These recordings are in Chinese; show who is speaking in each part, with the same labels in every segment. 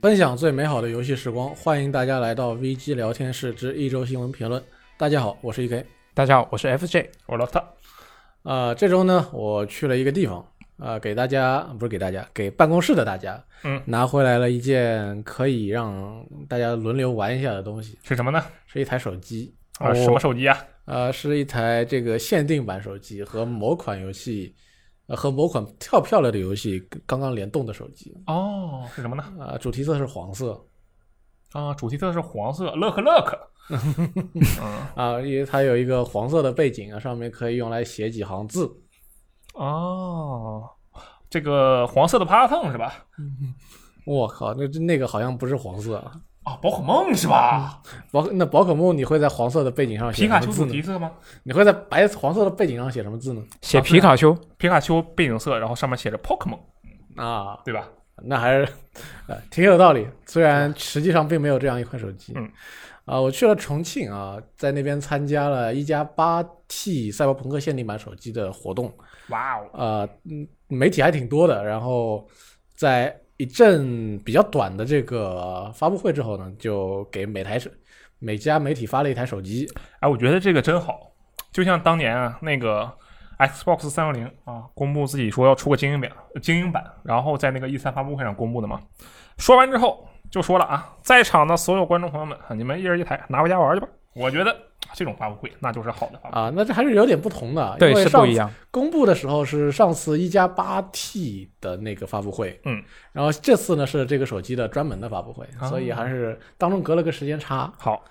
Speaker 1: 分享最美好的游戏时光，欢迎大家来到 VG 聊天室之一周新闻评论。大家好，我是 E EK。
Speaker 2: 大家好，我是 FJ。
Speaker 3: 我老特，
Speaker 1: 呃，这周呢，我去了一个地方，呃，给大家不是给大家，给办公室的大家，
Speaker 3: 嗯，
Speaker 1: 拿回来了一件可以让大家轮流玩一下的东西，
Speaker 3: 是什么呢？
Speaker 1: 是一台手机，
Speaker 3: 啊，
Speaker 2: 哦
Speaker 3: 什么手机啊？
Speaker 1: 呃，是一台这个限定版手机和某款游戏，呃，和某款跳票类的游戏刚刚联动的手机，
Speaker 3: 哦，是什么呢？
Speaker 1: 啊、主题色是黄色，
Speaker 3: 啊，主题色是黄色，look look。嗯
Speaker 1: 啊，因为它有一个黄色的背景啊，上面可以用来写几行字。
Speaker 3: 哦，这个黄色的帕特腾是吧？
Speaker 1: 我靠，那那个好像不是黄色啊，
Speaker 3: 啊，宝可梦是吧？
Speaker 1: 宝那宝可梦你会在黄色的背景上写
Speaker 3: 皮
Speaker 1: 什
Speaker 3: 卡
Speaker 1: 么
Speaker 3: 丘
Speaker 1: 字
Speaker 3: 主
Speaker 1: 呢
Speaker 3: 题？色吗？啊
Speaker 1: 你会在白黄色的背景上写什么字呢？
Speaker 2: 写皮卡丘，
Speaker 3: 皮卡丘背景色，然后上面写着 Pokemon，
Speaker 1: 啊，
Speaker 3: 对吧？
Speaker 1: 那还是呃挺有道理，虽然实际上并没有这样一款手机。
Speaker 3: 嗯，
Speaker 1: 啊，我去了重庆啊，在那边参加了一加八 T 赛博朋克限定版手机的活动。
Speaker 3: 哇哦，
Speaker 1: 呃，嗯，媒体还挺多的。然后在一阵比较短的这个发布会之后呢，就给每台手每家媒体发了一台手机。
Speaker 3: 哎，我觉得这个真好，就像当年啊那个 Xbox 三六零啊，公布自己说要出个精英版，精英版，然后在那个 E 3发布会上公布的嘛。说完之后就说了啊，在场的所有观众朋友们，啊你们一人一台，拿回家玩去吧。我觉得这种发布会那就是好的发布会。
Speaker 1: 啊，那这还是有点不同的，
Speaker 2: 对
Speaker 1: 因，为
Speaker 2: 是
Speaker 1: 上
Speaker 2: 不
Speaker 1: 次
Speaker 2: 一样。
Speaker 1: 公布的时候是上次一加八 T 的那个发布会，
Speaker 3: 嗯，
Speaker 1: 然后这次呢是这个手机的专门的发布会，
Speaker 3: 啊
Speaker 1: 所以还是当中隔了个时间差。
Speaker 3: 好，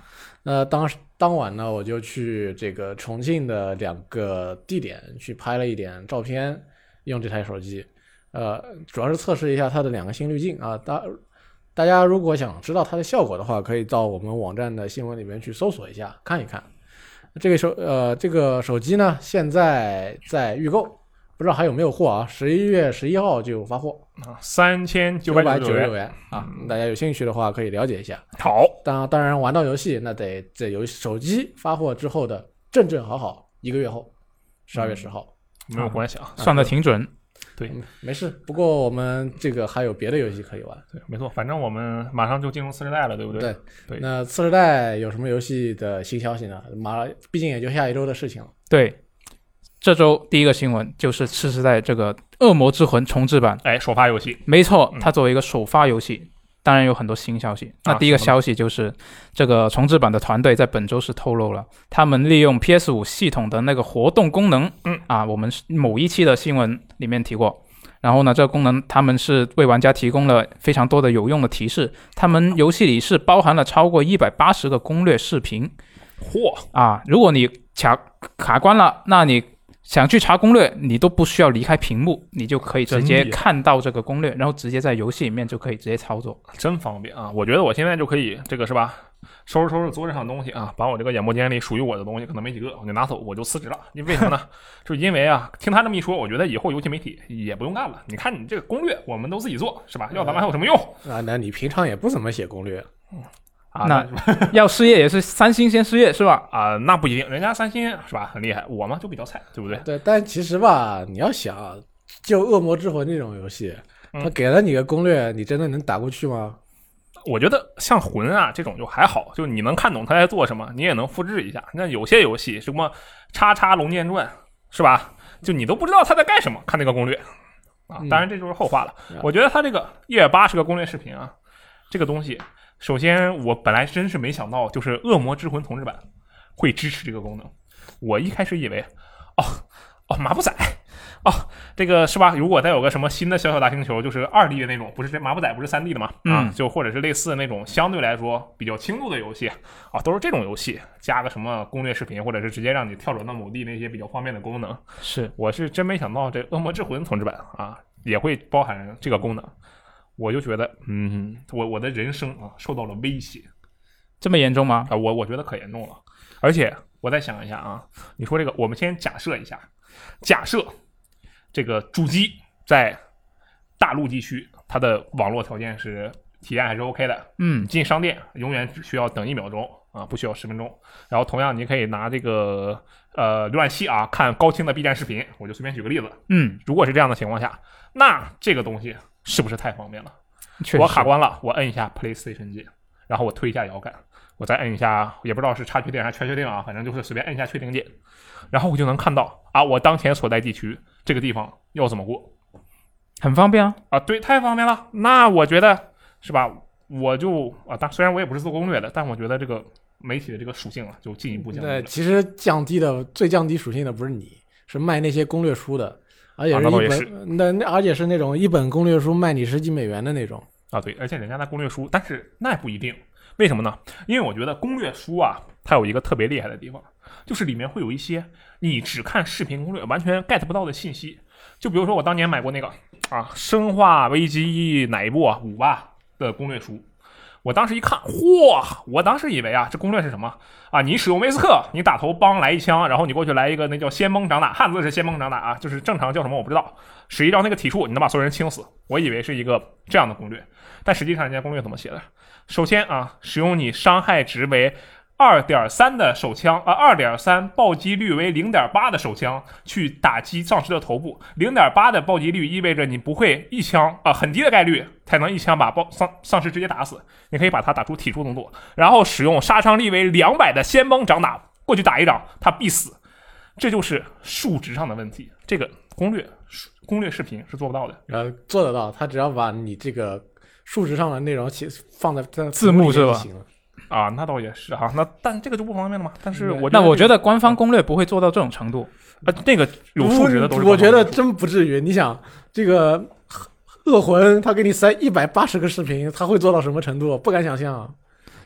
Speaker 1: 那当时当晚呢，我就去这个重庆的两个地点去拍了一点照片，用这台手机，呃，主要是测试一下它的两个新滤镜啊。大大家如果想知道它的效果的话，可以到我们网站的新闻里面去搜索一下，看一看。这个手呃，这个手机呢，现在在预购，不知道还有没有货啊？十一月十一号就发货，
Speaker 3: 啊，三千九
Speaker 1: 九
Speaker 3: 百
Speaker 1: 百
Speaker 3: 九
Speaker 1: 九
Speaker 3: 十
Speaker 1: 十
Speaker 3: 元
Speaker 1: 九，元啊！大家有兴趣的话可以了解一下。
Speaker 3: 好，
Speaker 1: 当当然玩到游戏，那得在游戏手机发货之后的正正好好一个月后，十二月十号、
Speaker 3: 没有关系啊。
Speaker 2: 算的挺准。
Speaker 3: 嗯对
Speaker 1: 嗯没事。不过我们这个还有别的游戏可以玩。
Speaker 3: 对，没错，反正我们马上就进入次时代了，对不对？
Speaker 1: 对
Speaker 3: 对
Speaker 1: 那次世代有什么游戏的新消息呢？马，毕竟也就下一周的事情了。
Speaker 2: 对，这周第一个新闻就是次世代这个《恶魔之魂》重置版，
Speaker 3: 哎，首发游戏，
Speaker 2: 没错
Speaker 3: 嗯，
Speaker 2: 它作为一个首发游戏，当然有很多新消息。那
Speaker 3: 啊
Speaker 2: 第一个
Speaker 3: 什么
Speaker 2: 消息就是，这个重置版的团队在本周是透露了，他们利用 PS 5系统的那个活动功能，
Speaker 3: 嗯
Speaker 2: 啊，我们是某一期的新闻里面提过。然后呢，这个功能他们是为玩家提供了非常多的有用的提示，他们游戏里是包含了超过一百八十个攻略视频，
Speaker 3: 嚯，
Speaker 2: 啊，如果你卡卡关了，那你想去查攻略，你都不需要离开屏幕，你就可以直接
Speaker 3: 真厉害
Speaker 2: 看到这个攻略，然后直接在游戏里面就可以直接操作。
Speaker 3: 真方便啊！我觉得我现在就可以这个是吧？收拾收拾桌子上的东西啊，把我这个演播间里属于我的东西可能没几个，我就拿走，我就辞职了。因为什么呢？ 就是因为啊，听他这么一说，我觉得以后游戏媒体也不用干了。你看你这个攻略，我们都自己做是吧？要咱们还有什么用
Speaker 1: 啊，那你平常也不怎么写攻略
Speaker 3: 啊？
Speaker 2: 那 要失业也是三星先失业是吧？
Speaker 3: 啊、那不一定，人家三星是吧很厉害，我嘛就比较菜，对不对？
Speaker 1: 对，但其实吧，你要想就《恶魔之魂》这种游戏，
Speaker 3: 嗯
Speaker 1: 它给了你个攻略，你真的能打过去吗？
Speaker 3: 我觉得像魂啊这种就还好，就你能看懂他在做什么，你也能复制一下。那有些游戏什么《叉叉龙剑传》是吧？就你都不知道他在干什么，看那个攻略啊
Speaker 1: 嗯。
Speaker 3: 当然这就是后话了。
Speaker 1: 嗯
Speaker 3: 我觉得他这个一百八十个攻略视频啊，这个东西，首先我本来真是没想到，就是《恶魔之魂》同志版会支持这个功能。我一开始以为，哦哦麻布仔。哦，这个是吧？如果再有个什么新的小小大星球，就是二 D 的那种，不是这麻布仔不是三 D 的嘛？啊
Speaker 2: 嗯，
Speaker 3: 就或者是类似那种相对来说比较轻度的游戏啊，都是这种游戏加个什么攻略视频，或者是直接让你跳转到某地那些比较方便的功能。
Speaker 2: 是，
Speaker 3: 我是真没想到这《恶魔之魂》同志版啊也会包含这个功能，我就觉得，嗯，我我的人生啊受到了威胁
Speaker 2: 这么严重吗？
Speaker 3: 啊，我我觉得可严重了。而且我再想一下啊，你说这个，我们先假设一下，假设这个主机在大陆地区它的网络条件是体验还是 OK 的，
Speaker 2: 嗯，
Speaker 3: 进商店永远只需要等一秒钟啊，不需要十分钟。然后同样，你可以拿这个呃浏览器啊看高清的 B 站视频，我就随便举个例子。
Speaker 2: 嗯，
Speaker 3: 如果是这样的情况下，那这个东西是不是太方便了？
Speaker 2: 确实
Speaker 3: 我卡关了，我摁一下 PlayStation 键，然后我推一下摇杆，我再摁一下，也不知道是叉确定还是全确定啊，反正就是随便摁一下确定键，然后我就能看到啊，我当前所在地区这个地方要怎么过
Speaker 2: 很方便啊。
Speaker 3: 啊，对，太方便了。那我觉得是吧？我就啊，但虽然我也不是做攻略的，但我觉得这个媒体的这个属性啊，就进一步降
Speaker 1: 嗯
Speaker 3: 低
Speaker 1: 那
Speaker 3: 了。
Speaker 1: 其实降低的最降低属性的不是你，是卖那些攻略书的，而且
Speaker 3: 啊
Speaker 1: 是
Speaker 3: 那倒
Speaker 1: 一
Speaker 3: 也
Speaker 1: 本那那而且是那种一本攻略书卖你十几美元的那种。
Speaker 3: 啊，对，而且人家那攻略书，但是那也不一定，为什么呢？因为我觉得攻略书啊，它有一个特别厉害的地方，就是里面会有一些你只看视频攻略完全 get 不到的信息。就比如说我当年买过那个啊，《生化危机》哪一部啊，五吧的攻略书，我当时一看，嚯！我当时以为啊，这攻略是什么啊？你使用威斯克，你打头帮来一枪，然后你过去来一个那叫先崩长打，汉字是先崩长打啊，就是正常叫什么我不知道，使一招那个体术，你能把所有人清死。我以为是一个这样的攻略，但实际上人家攻略怎么写的？首先啊，使用你伤害值为二点三的手枪啊，二点三暴击率为零点八的手枪去打击丧尸的头部，零点八的暴击率意味着你不会一枪啊，很低的概率才能一枪把暴丧丧尸直接打死。你可以把它打出体术动作，然后使用杀伤力为两百的先帮掌打过去打一掌，他必死。这就是数值上的问题，这个攻略攻略视频是做不到的。
Speaker 1: 呃，做得到，他只要把你这个数值上的内容写放在在
Speaker 2: 字幕
Speaker 1: 里面
Speaker 2: 是吧
Speaker 1: 就行了。
Speaker 3: 啊，那倒也是哈、那但这个就不方便了嘛。但是我
Speaker 2: 那我
Speaker 3: 觉
Speaker 2: 觉得官方攻略不会做到这种程度，
Speaker 3: 得啊，那个有数值的都是
Speaker 1: 我
Speaker 3: 官方
Speaker 1: 觉得
Speaker 3: 的
Speaker 1: 真不至于。你想，这个恶魂他给你塞一百八十个视频，他会做到什么程度？不敢想象啊。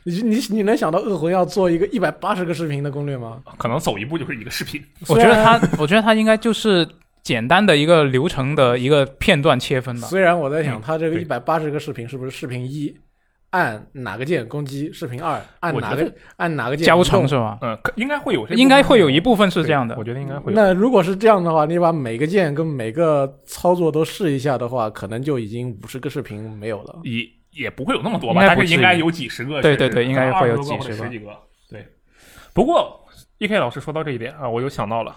Speaker 1: 你你你能想到恶魂要做一个一百八十个视频的攻略吗？
Speaker 3: 可能走一步就是一个视频。
Speaker 2: 我觉
Speaker 1: 虽
Speaker 2: 得
Speaker 1: 然
Speaker 2: 他，我觉得他应该就是简单的一个流程的一个片段切分吧。
Speaker 1: 虽然我在想，
Speaker 3: 嗯
Speaker 1: 他这个
Speaker 3: 对
Speaker 1: 一百八十个视频是不是视频一按哪个键攻击，视频二按
Speaker 3: 我
Speaker 1: 哪
Speaker 3: 觉
Speaker 1: 个
Speaker 3: 得
Speaker 1: 按哪个键
Speaker 2: 教
Speaker 1: 移
Speaker 2: 程
Speaker 1: 动
Speaker 2: 是吧？
Speaker 3: 嗯，可应该会有这部分，
Speaker 2: 应该会有一部分是这样的嗯
Speaker 3: 对我。觉得应该会有。
Speaker 1: 那如果是这样的话，你把每个键跟每个操作都试一下的话，可能就已经五十个视频没有了。
Speaker 3: 也也不会有那么多吧，
Speaker 2: 应该
Speaker 3: 但
Speaker 2: 不
Speaker 3: 是
Speaker 2: 至于
Speaker 3: 应该有几十个是。
Speaker 2: 对对对应该
Speaker 3: 可能
Speaker 2: 会有
Speaker 3: 20多个
Speaker 2: 几十
Speaker 3: 或者十
Speaker 2: 个
Speaker 3: 几个。对，不过 E K 老师说到这一点啊，我又想到了。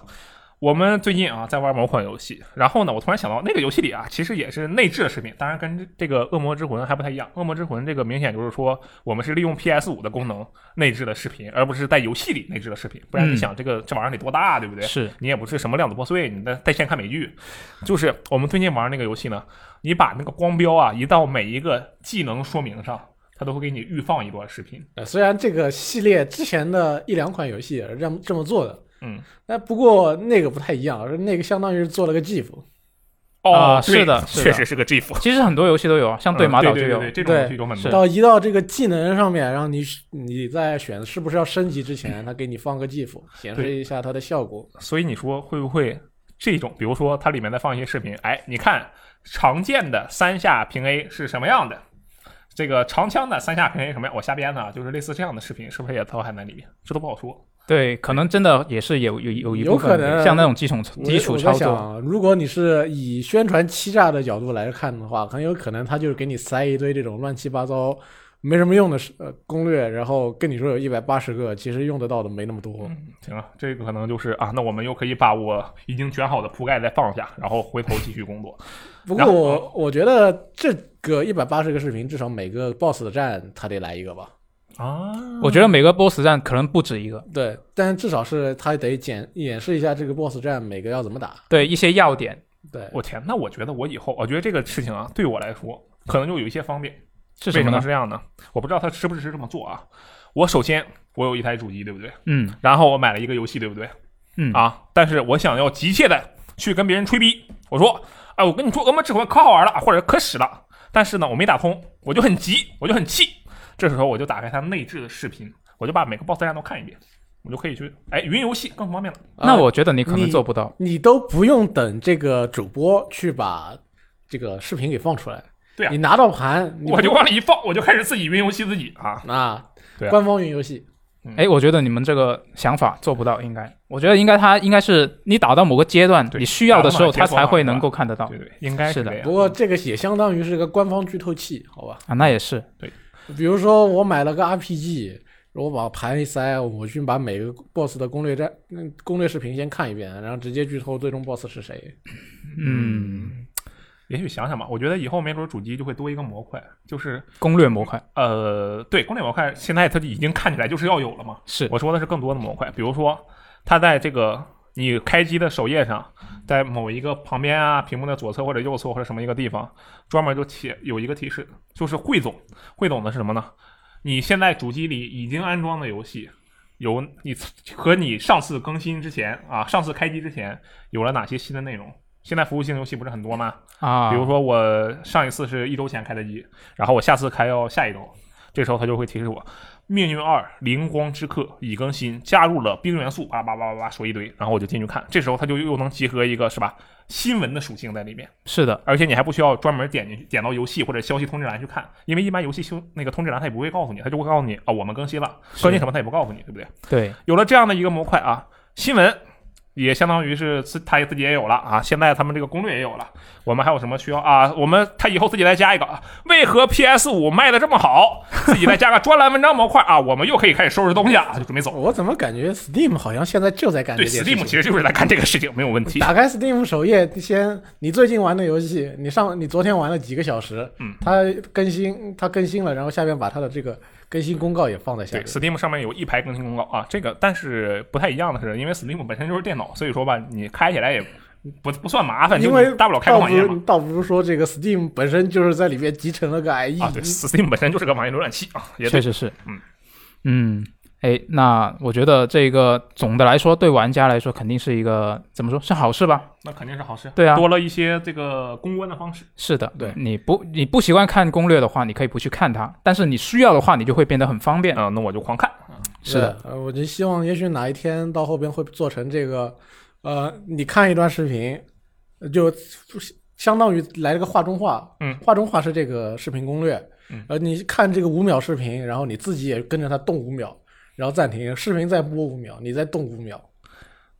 Speaker 3: 我们最近啊在玩某款游戏，然后呢，我突然想到那个游戏里啊，其实也是内置的视频，当然跟这这个《恶魔之魂》还不太一样，《恶魔之魂》这个明显就是说我们是利用 PS 五的功能内置的视频，而不是在游戏里内置的视频，不然
Speaker 2: 嗯
Speaker 3: 你想这个、这玩意儿得多大啊，对不对？
Speaker 2: 是，
Speaker 3: 你也不是什么量子破碎，你在在线看美剧，就是我们最近玩那个游戏呢，你把那个光标啊移到每一个技能说明上，它都会给你预放一段视频。
Speaker 1: 呃虽然这个系列之前的一两款游戏也是这么这么做的，
Speaker 3: 嗯，
Speaker 1: 那不过那个不太一样，而那个相当于是做了个 GIF，
Speaker 2: 啊
Speaker 3: 哦对
Speaker 2: 是的是的
Speaker 3: 确实是个 GIF，嗯
Speaker 2: 其实很多游戏都有啊，像对马岛
Speaker 3: 呃
Speaker 2: 就
Speaker 3: 对
Speaker 2: 有。
Speaker 3: 对对，这
Speaker 1: 对
Speaker 3: 种这种很
Speaker 2: 是
Speaker 3: 多。
Speaker 1: 到移到这个技能上面，让你你在选是不是要升级之前，它给你放个 GIF，显示
Speaker 3: 对
Speaker 1: 一下它的效果。
Speaker 3: 所以你说会不会这种，比如说它里面再放一些视频，哎，你看常见的三下平 A 是什么样的？这个长枪的三下平 A 什么样？我瞎编的啊，就是类似这样的视频，是不是也包含在里面？这都不好说。
Speaker 2: 对，可能真的也是有有有一
Speaker 1: 有
Speaker 2: 部分
Speaker 1: 可能
Speaker 2: 像那种基础
Speaker 1: 我
Speaker 2: 基础
Speaker 1: 我在
Speaker 2: 操
Speaker 1: 想
Speaker 2: 作，
Speaker 1: 啊，如果你是以宣传欺诈的角度来看的话，很有可能他就是给你塞一堆这种乱七八糟、没什么用的事呃攻略，然后跟你说有一百八十个，其实用得到的没那么多。
Speaker 3: 行啊，这个可能就是啊，那我们又可以把我已经卷好的铺盖再放下，然后回头继续工作。
Speaker 1: 不
Speaker 3: 然
Speaker 1: 过
Speaker 3: 后
Speaker 1: 我我觉得这个一百八十个视频，至少每个 BOSS 的战他得来一个吧。
Speaker 3: 啊，
Speaker 2: 我觉得每个 BOSS 战可能不止一个。
Speaker 1: 对，但至少是他得演演示一下这个 BOSS 战每个要怎么打。
Speaker 2: 对一些要点，
Speaker 1: 对，
Speaker 3: 我天，那我觉得我以后，我觉得这个事情啊，对我来说可能就有一些方便。
Speaker 2: 是什
Speaker 3: 为什
Speaker 2: 么
Speaker 3: 么
Speaker 2: 呢
Speaker 3: 是？这样呢？我不知道他支不支持这么做啊。我首先我有一台主机，对不对？
Speaker 2: 嗯
Speaker 3: 然后我买了一个游戏，对不对？
Speaker 2: 嗯，
Speaker 3: 啊，但是我想要急切的去跟别人吹逼，我说，哎，我跟你说，《恶魔之魂》可好玩了，或者可使了，但是呢，我没打通，我就很急，我就很气。这时候我就打开它内置的视频，我就把每个 BOSS 战都看一遍，我就可以去，哎，云游戏更方便了。
Speaker 2: 那
Speaker 1: 啊
Speaker 2: 我觉得你可能
Speaker 1: 你
Speaker 2: 做不
Speaker 3: 嗯
Speaker 2: 到。
Speaker 1: 你都不用等这个主播去把这个视频给放出来。
Speaker 3: 对啊
Speaker 1: 你拿到盘，你
Speaker 3: 我就往里一放，我就开始自己云游戏自己啊。
Speaker 1: 啊，
Speaker 3: 对啊
Speaker 1: 官方云游戏，
Speaker 2: 哎，我觉得你们这个想法做不到，应该，我觉得应该它应该是你打到某个阶段，
Speaker 3: 对
Speaker 2: 你需要的时候，
Speaker 3: 打到某个
Speaker 2: 它
Speaker 3: 阶段啊
Speaker 2: 才会能够看得到
Speaker 3: 对对，啊应该
Speaker 2: 啊是的
Speaker 3: 这样
Speaker 1: 不过这个也相当于是个官方剧透器，好吧？
Speaker 2: 啊。那也是，
Speaker 1: 比如说我买了个 RPG，我把盘一塞，我去把每个 BOSS 的攻略战、嗯攻略视频先看一遍，然后直接剧透最终 BOSS 是谁。
Speaker 2: 嗯，
Speaker 3: 也许想想吧，我觉得以后没准主机就会多一个模块，就是
Speaker 2: 攻略模块
Speaker 3: 呃，对，攻略模块现在它已经看起来就是要有了嘛。
Speaker 2: 是
Speaker 3: 我说的是更多的模块，比如说它在这个你开机的首页上，在某一个旁边啊，屏幕的左侧或者右侧或者什么一个地方，专门就写有一个提示，就是汇总。汇总的是什么呢？你现在主机里已经安装的游戏，有你和你上次更新之前啊，上次开机之前有了哪些新的内容？现在服务性游戏不是很多吗？
Speaker 2: 啊，
Speaker 3: 比如说我上一次是一周前开的机，然后我下次开要下一周，这时候它就会提示我《命运二：灵光之客》已更新，加入了冰元素，叭叭叭叭叭说一堆，然后我就进去看，这时候它就又能集合一个是吧新闻的属性在里面，
Speaker 2: 是的，
Speaker 3: 而且你还不需要专门点进去点到游戏或者消息通知栏去看，因为一般游戏修那个通知栏它也不会告诉你，它就会告诉你啊、我们更新了，更新什么它也不告诉你，对不对？
Speaker 2: 对，
Speaker 3: 有了这样的一个模块啊，新闻也相当于是自他自己也有了啊。现在他们这个攻略也有了，我们还有什么需要啊？我们他以后自己再加一个，啊，为何 PS 五卖的这么好？自己再加个专栏文章模块啊，我们又可以开始收拾东西啊，就准备走。
Speaker 1: 我怎么感觉 Steam 好像现在就在干这
Speaker 3: 对
Speaker 1: 件事
Speaker 3: ，Steam
Speaker 1: 情？
Speaker 3: 其实就是在干这个事情，没有问题。
Speaker 1: 打开 Steam 首页，先你最近玩的游戏，你上你昨天玩了几个小时，
Speaker 3: 嗯，
Speaker 1: 它更新它更新了，然后下面把它的这个更新公告也放在下
Speaker 3: 对
Speaker 1: 面。
Speaker 3: ，Steam 上面有一排更新公告啊，这个但是不太一样的是，因为 Steam 本身就是电脑，所以说吧，你开起来也不不算麻烦，
Speaker 1: 因
Speaker 3: 就
Speaker 1: 为
Speaker 3: 你大不了开
Speaker 1: 倒
Speaker 3: 个
Speaker 1: 不
Speaker 3: 网页嘛
Speaker 1: 如。倒不如说这个 Steam 本身就是在里面集成了个 E，呃 IE，、
Speaker 3: 啊，对，Steam 本身就是个网页浏览器啊，也对
Speaker 2: 确。实是，
Speaker 3: 嗯
Speaker 2: 嗯，哎，那我觉得这个总的来说，对玩家来说肯定是一个怎么说是好事吧？
Speaker 3: 那肯定是好事。
Speaker 2: 对啊
Speaker 3: 多了一些这个公关的方式。
Speaker 2: 是的，
Speaker 1: 对
Speaker 2: 你不你不习惯看攻略的话，你可以不去看它，但是你需要的话，你就会变得很方便。
Speaker 3: 嗯、那我就狂看。
Speaker 2: 是的，
Speaker 1: 呃，我就希望也许哪一天到后边会做成这个，呃，你看一段视频，呃就相当于来了个画中画，
Speaker 3: 嗯，
Speaker 1: 画中画是这个视频攻略，
Speaker 3: 嗯
Speaker 1: 呃，你看这个五秒视频，然后你自己也跟着它动五秒，然后暂停，视频再播五秒，你再动五秒，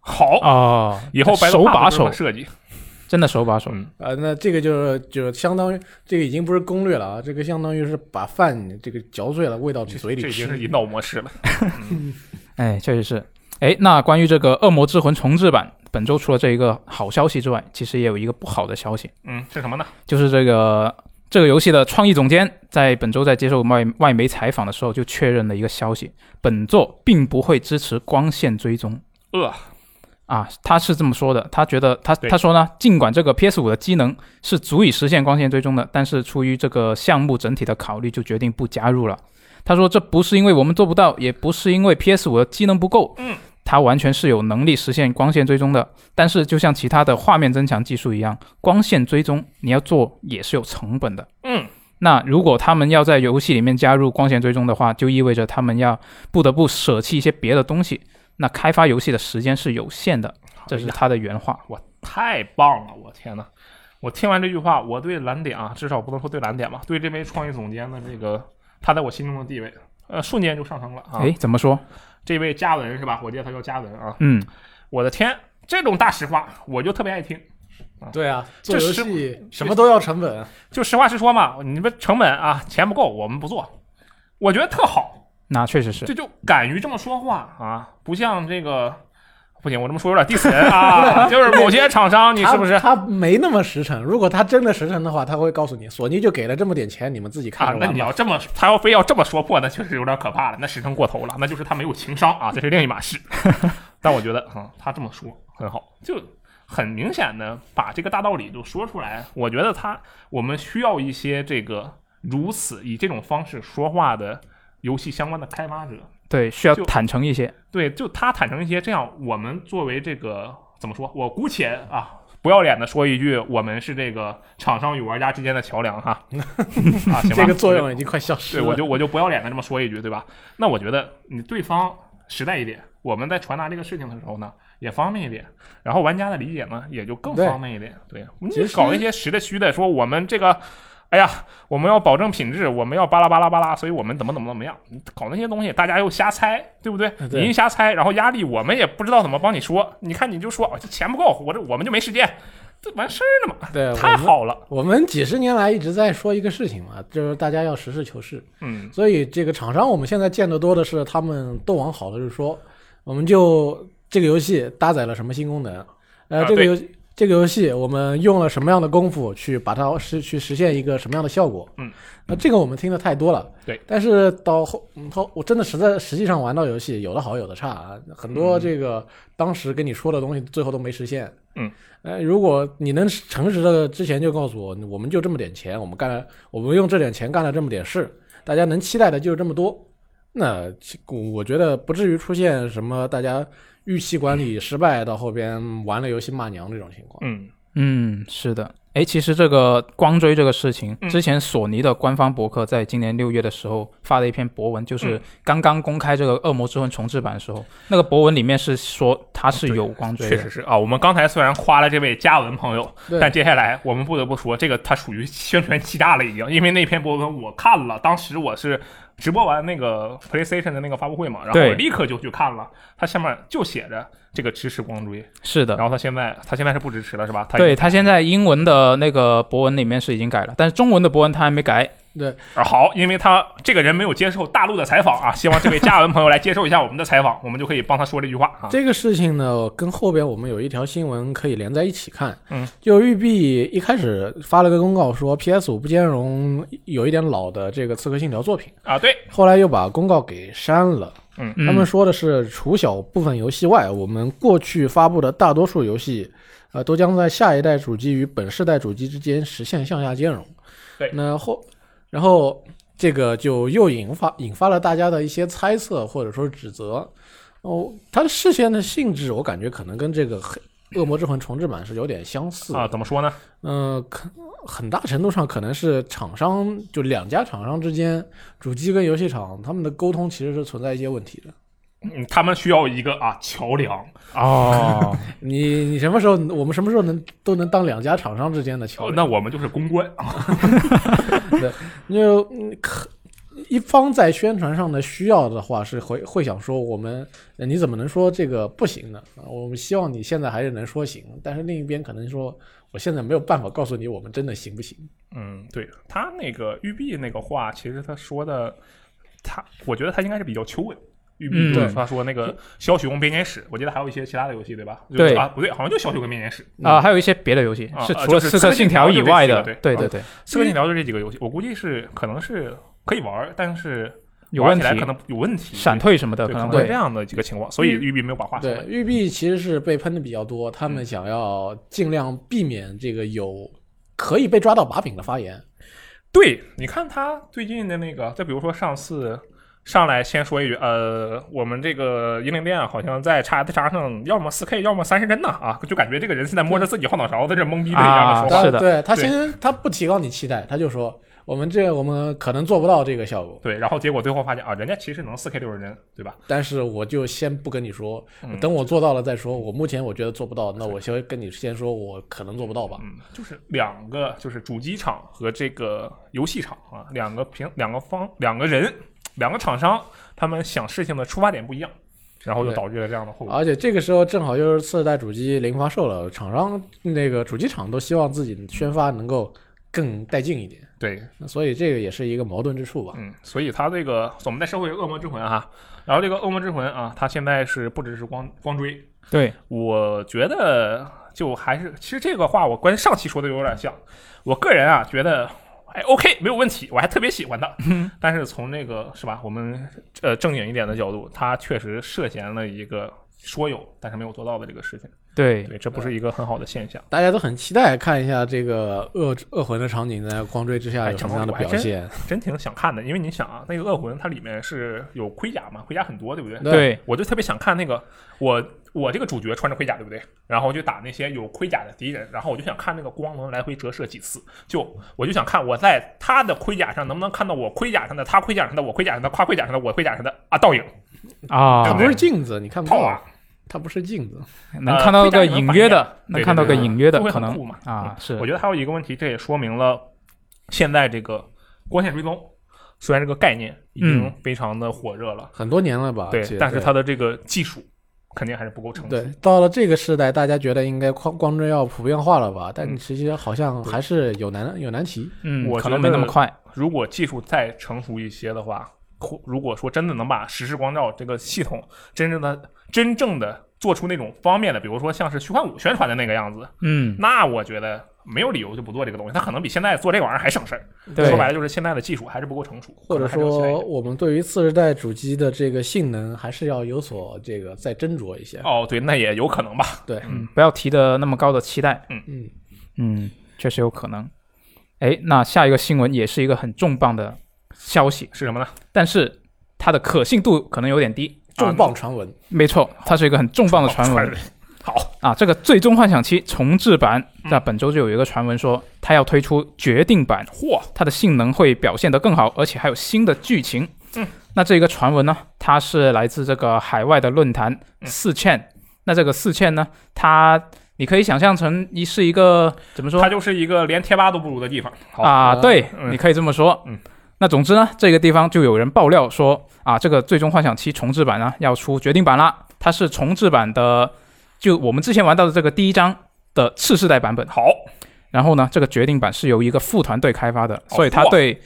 Speaker 3: 好，
Speaker 2: 哦，
Speaker 3: 以后白
Speaker 2: 手把手，
Speaker 3: 设计。
Speaker 2: 真的手把手。
Speaker 3: 嗯，
Speaker 1: 呃，那这个就是就是相当于这个已经不是攻略了啊，这个相当于是把饭这个嚼碎了喂到你嘴
Speaker 3: 这
Speaker 1: 里
Speaker 3: 已经是
Speaker 1: 吃，
Speaker 3: 引导模式了。
Speaker 2: 哎，确实是。哎，那关于这个《恶魔之魂》重置版，本周除了这一个好消息之外，其实也有一个不好的消息，
Speaker 3: 嗯，是什么呢？
Speaker 2: 就是这个这个游戏的创意总监在本周在接受外外媒采访的时候就确认了一个消息：本作并不会支持光线追踪。
Speaker 3: 呃，
Speaker 2: 啊，他是这么说的，他觉得他
Speaker 3: 对
Speaker 2: 他说呢，尽管这个 PS 五的机能是足以实现光线追踪的，但是出于这个项目整体的考虑，就决定不加入了。他说这不是因为我们做不到，也不是因为 PS 五的机能不够，
Speaker 3: 嗯，
Speaker 2: 它完全是有能力实现光线追踪的。但是就像其他的画面增强技术一样，光线追踪你要做也是有成本的。
Speaker 3: 嗯，
Speaker 2: 那如果他们要在游戏里面加入光线追踪的话，就意味着他们要不得不舍弃一些别的东西。那开发游戏的时间是有限的，这是
Speaker 3: 哎呀
Speaker 2: 他的原话。
Speaker 3: 太棒了！我天哪！我听完这句话，我对蓝点啊，至少不能说对蓝点吧，对这位创意总监的这个他在我心中的地位，呃，瞬间就上升了啊。
Speaker 2: 哎，怎么说？
Speaker 3: 这位嘉文是吧？我记得他叫嘉文啊。
Speaker 2: 嗯，
Speaker 3: 我的天，这种大实话我就特别爱听。
Speaker 1: 对啊，做
Speaker 3: 这
Speaker 1: 游
Speaker 3: 是
Speaker 1: 戏什么都要成本，啊
Speaker 3: 就实话实说嘛，你们成本啊，钱不够，我们不做。我觉得特好，
Speaker 2: 那确实是。
Speaker 3: 这就敢于这么说话啊，不像这个。不行，我这么说有点 diss 人 啊，就是某些厂商，你是不是
Speaker 1: 他他没那么实诚，如果他真的实诚的话，他会告诉你，索尼就给了这么点钱，你们自己看
Speaker 3: 啊
Speaker 1: 着？
Speaker 3: 那
Speaker 1: 办
Speaker 3: 你
Speaker 1: 吧。
Speaker 3: 要这么，他要非要这么说破，那确实有点可怕了，那实诚过头了，那就是他没有情商啊，这是另一码 事。但我觉得，嗯，他这么说很好，就很明显的把这个大道理就说出来。我觉得他，我们需要一些这个如此以这种方式说话的游戏相关的开发者，
Speaker 2: 对，需要
Speaker 3: 就
Speaker 2: 坦诚一些。
Speaker 3: 对，就他坦诚一些，这样我们作为这个怎么说？我姑且啊，不要脸的说一句，我们是这个厂商与玩家之间的桥 梁哈。啊，行吧，
Speaker 1: 这个作
Speaker 3: 我
Speaker 1: 用已
Speaker 3: 就
Speaker 1: 经快消失
Speaker 3: 对，
Speaker 1: 了。
Speaker 3: 我就我就不要脸的这么说一句，对吧？那我觉得你对方实在一点，我们在传达这个事情的时候呢，也方便一点，然后玩家的理解呢也就更
Speaker 1: 对
Speaker 3: 方便一点。对，
Speaker 1: 其
Speaker 3: 你
Speaker 1: 实
Speaker 3: 搞那些实的虚的，说我们这个。哎呀，我们要保证品质，我们要巴拉巴拉巴拉，所以我们怎么怎么怎么样，你搞那些东西，大家又瞎猜，对不对？
Speaker 1: 啊对
Speaker 3: 你一瞎猜，然后压力我们也不知道怎么帮你说，你看你就说，哦这钱不够，我这我们就没时间，这完事儿了嘛，
Speaker 1: 对，我
Speaker 3: 太
Speaker 1: 们
Speaker 3: 好了，
Speaker 1: 我们几十年来一直在说一个事情嘛，就是大家要实事求是。
Speaker 3: 嗯，
Speaker 1: 所以这个厂商我们现在见得多的是，他们都往好的是说，我们就这个游戏搭载了什么新功能，呃，
Speaker 3: 啊
Speaker 1: 这个
Speaker 3: 对
Speaker 1: 游戏这个游戏我们用了什么样的功夫去把它实去实现一个什么样的效果。
Speaker 3: 嗯，
Speaker 1: 那这个我们听的太多了。
Speaker 3: 对，
Speaker 1: 但是到后嗯后我真的实在实际上玩到游戏，有的好有的差啊，很多这个当时跟你说的东西最后都没实现。
Speaker 3: 嗯，
Speaker 1: 呃，如果你能诚实的之前就告诉我，我们就这么点钱，我们干了，我们用这点钱干了这么点事，大家能期待的就是这么多。那其我我觉得不至于出现什么大家预期管理失败到后边玩了游戏骂娘这种情况。
Speaker 3: 嗯
Speaker 2: 嗯，是的。哎，其实这个光追这个事情，
Speaker 3: 嗯
Speaker 2: 之前索尼的官方博客在今年六月的时候发了一篇博文，
Speaker 3: 嗯
Speaker 2: 就是刚刚公开这个《恶魔之魂》重置版的时候，那个博文里面是说它是有光追
Speaker 3: 确
Speaker 2: 的，
Speaker 3: 实是啊。我们刚才虽然夸了这位嘉文朋友，
Speaker 1: 对
Speaker 3: 但接下来我们不得不说，这个他属于宣传欺诈了已经，因为那篇博文我看了，当时我是直播完那个 PlayStation 的那个发布会嘛，然后
Speaker 2: 对
Speaker 3: 我立刻就去看了，它下面就写着这个支持光追，
Speaker 2: 是的
Speaker 3: 然。后他现在他现在是不支持了是吧？他
Speaker 2: 对他现在英文的那个博文里面是已经改了，但是中文的博文他还没改。
Speaker 3: 啊好，因为他这个人没有接受大陆的采访啊，希望这位嘉文朋友来接受一下我们的采访，我们就可以帮他说这句话 啊。
Speaker 1: 这个事情呢，跟后边我们有一条新闻可以连在一起看。
Speaker 3: 嗯，
Speaker 1: 就育碧一开始发了个公告说 PS 五不兼容有一点老的这个《刺客信条》作品，
Speaker 3: 啊，对，
Speaker 1: 后来又把公告给删了。
Speaker 2: 嗯
Speaker 1: 他们说的是，除小部分游戏外，我们过去发布的大多数游戏，呃，都将在下一代主机与本世代主机之间实现向下兼容。
Speaker 3: 对
Speaker 1: 那后，然后这个就又引发引发了大家的一些猜测或者说指责。哦，它的事件的性质，我感觉可能跟这个黑。恶魔之魂重置版是有点相似的
Speaker 3: 啊，，怎么说呢？
Speaker 1: 嗯、可很大程度上可能是厂商就两家厂商之间，主机跟游戏厂他们的沟通其实是存在一些问题的。
Speaker 3: 嗯，他们需要一个啊桥梁，
Speaker 2: 哦，
Speaker 1: 你你什么时候我们什么时候能都能当两家厂商之间的桥
Speaker 3: 哦
Speaker 1: 梁？
Speaker 3: 那我们就是公关啊。
Speaker 1: 就嗯可一方在宣传上的需要的话，是会会想说我们呃你怎么能说这个不行呢？啊我们希望你现在还是能说行，但是另一边可能说我现在没有办法告诉你我们真的行不行。
Speaker 3: 嗯，对他那个玉碧那个话，其实他说的，他我觉得他应该是比较求稳。玉碧
Speaker 2: 嗯
Speaker 3: 就是
Speaker 1: 对
Speaker 3: 他说那个《枭雄编年史》，我记得还有一些其他的游戏，对吧？就
Speaker 2: 对
Speaker 3: 啊，不对，好像就《枭雄》跟《编年史》。《
Speaker 2: 啊，还有一些别的游戏
Speaker 3: 啊
Speaker 2: 是
Speaker 3: 啊
Speaker 2: 除了《
Speaker 3: 就是
Speaker 2: 刺
Speaker 3: 刺
Speaker 2: 客
Speaker 3: 客信
Speaker 2: 信条》
Speaker 3: 条
Speaker 2: 以
Speaker 3: 就这
Speaker 2: 外
Speaker 3: 几个
Speaker 2: 的，
Speaker 3: 对
Speaker 2: 对对对，
Speaker 3: 刺客信条》就这几个游戏，我估计是可能是可以玩儿，但是
Speaker 2: 有
Speaker 3: 玩
Speaker 2: 问
Speaker 3: 起来可
Speaker 2: 题，
Speaker 3: 能有问题，
Speaker 2: 闪退什么的
Speaker 3: 对
Speaker 2: 可
Speaker 3: 可
Speaker 2: 能
Speaker 3: 能
Speaker 1: 对
Speaker 3: 会
Speaker 2: 会
Speaker 3: 这。样的几个情况，所以玉碧没有
Speaker 2: 啊
Speaker 3: 把话说
Speaker 1: 对，
Speaker 3: 完。
Speaker 1: 育碧其实是被喷的比较多，他
Speaker 2: 嗯
Speaker 1: 们想要尽量避免这个有可以被抓到把柄的发言。
Speaker 3: 对，你看他最近的那个，再比如说上次上来先说一句，呃，我们这个英灵殿好像在叉 S 叉上，要么四 K，要么三十帧呢啊，就感觉这个人是在摸着自己后脑勺在这懵逼的一样的说话。
Speaker 2: 啊是的
Speaker 1: 对他
Speaker 3: 对
Speaker 1: 先他不提高你期待，他就说我们这我们可能做不到这个效果，
Speaker 3: 对，然后结果最后发现啊，人家其实能四 K 六十帧，对吧？
Speaker 1: 但是我就先不跟你说，
Speaker 3: 嗯
Speaker 1: 等我做到了再说。我目前我觉得做不到，那我先跟你先说，我可能做不到吧。
Speaker 3: 嗯，就是两个，就是主机厂和这个游戏厂啊，两个平两个方两个人两个厂商，他们想事情的出发点不一样，然后就
Speaker 1: 对
Speaker 3: 导致了这样的后果。
Speaker 1: 而且这个时候正好又是次世代主机零发售了，厂商那个主机厂都希望自己宣发能够更带劲一点，
Speaker 3: 对，
Speaker 1: 那所以这个也是一个矛盾之处吧。
Speaker 3: 嗯，所以他这个我们再说回《恶魔之魂》啊，然后这个《恶魔之魂》啊，它现在是不只是光光追，
Speaker 2: 对，
Speaker 3: 我觉得就还是其实这个话我跟上期说的有点像，我个人啊觉得。哎，OK，没有问题，我还特别喜欢它。但是从那个是吧，我们呃正经一点的角度，它确实涉嫌了一个说有但是没有做到的这个事情。
Speaker 2: 对，
Speaker 3: 对，这不是一个很好的现象。
Speaker 1: 大家都很期待看一下这个恶恶魂的场景在光追之下
Speaker 3: 哎
Speaker 1: 有什么样的
Speaker 3: 小朋
Speaker 1: 表
Speaker 3: 友我还真
Speaker 1: 现。
Speaker 3: 真挺想看的，因为你想啊，那个恶魂它里面是有盔甲嘛，盔甲很多，对不对？
Speaker 2: 对，
Speaker 3: 我就特别想看那个我我这个主角穿着盔甲，对不对？然后就打那些有盔甲的敌人，然后我就想看那个光能来回折射几次，就我就想看我在他的盔甲上能不能看到我盔甲上的他盔甲上的我盔甲上的跨盔甲上的我盔甲上的啊倒影
Speaker 1: 它
Speaker 2: 啊
Speaker 1: 不，是镜子，你看不
Speaker 3: 套
Speaker 1: 到
Speaker 2: 哦
Speaker 3: 啊，，
Speaker 1: 它不是镜子。
Speaker 2: 能看到个隐约的，
Speaker 3: 呃
Speaker 2: 能看到个隐约的
Speaker 3: 就会
Speaker 2: 可
Speaker 3: 很
Speaker 2: 能
Speaker 3: 酷嘛嗯
Speaker 2: 啊，是
Speaker 3: 我觉得还有一个问题，这也说明了现在这个光线追踪虽然这个概念已经
Speaker 2: 嗯
Speaker 3: 非常的火热了，
Speaker 1: 很多年了吧？
Speaker 3: 对
Speaker 1: 其实，
Speaker 3: 但是它的这个技术肯定还是不够成熟。
Speaker 1: 对到了这个时代，大家觉得应该光光追要普遍化了吧？但
Speaker 3: 嗯
Speaker 1: 其实好像还是有难有难题。
Speaker 2: 嗯，
Speaker 3: 我
Speaker 2: 可
Speaker 3: 觉
Speaker 2: 能没那么
Speaker 3: 得
Speaker 2: 快。
Speaker 3: 如果技术再成熟一些的话，或如果说真的能把实时光照这个系统真正的真正的做出那种方面的，比如说像是虚幻五宣传的那个样子，
Speaker 2: 嗯，
Speaker 3: 那我觉得没有理由就不做这个东西。它可能比现在做这玩意儿还省事儿。
Speaker 2: 对
Speaker 3: 嗯说白了就是现在的技术还是不够成熟，
Speaker 1: 或者
Speaker 3: 可能还是要期待一
Speaker 1: 说
Speaker 3: 点
Speaker 1: 我们对于次世代主机的这个性能还是要有所这个再斟酌一些。
Speaker 3: 哦，对，那也有可能吧。
Speaker 1: 对，
Speaker 2: 嗯不要提的那么高的期待。
Speaker 1: 嗯，
Speaker 2: 嗯，确实有可能。哎，那下一个新闻也是一个很重磅的消息，
Speaker 3: 是什么呢？
Speaker 2: 但是它的可信度可能有点低。
Speaker 3: 啊
Speaker 1: 重磅传闻，
Speaker 2: 没错，它是一个很重磅的传闻
Speaker 3: 哦。好，
Speaker 2: 啊。这个《最终幻想七》重置版，
Speaker 3: 嗯
Speaker 2: 在本周就有一个传闻说，它要推出决定版，
Speaker 3: 嚯，
Speaker 2: 它的性能会表现得更好，而且还有新的剧情。
Speaker 3: 嗯，
Speaker 2: 那这个传闻呢，它是来自这个海外的论坛
Speaker 3: 嗯
Speaker 2: 四千、那这个四千呢，它你可以想象成一是一个怎么说
Speaker 3: 它就是一个连贴吧都不如的地方。好
Speaker 2: 啊？
Speaker 1: 嗯
Speaker 2: 对，
Speaker 3: 嗯
Speaker 2: 你可以这么说。
Speaker 3: 嗯。
Speaker 2: 那总之呢，这个地方就有人爆料说啊，这个《最终幻想七》重置版呢要出决定版啦，它是重置版的，就我们之前玩到的这个第一章的次世代版本。啊
Speaker 3: 好，
Speaker 2: 然后呢，这个决定版是由一个副团队开发的，
Speaker 3: 哦
Speaker 2: 所以它
Speaker 3: 哇
Speaker 2: 对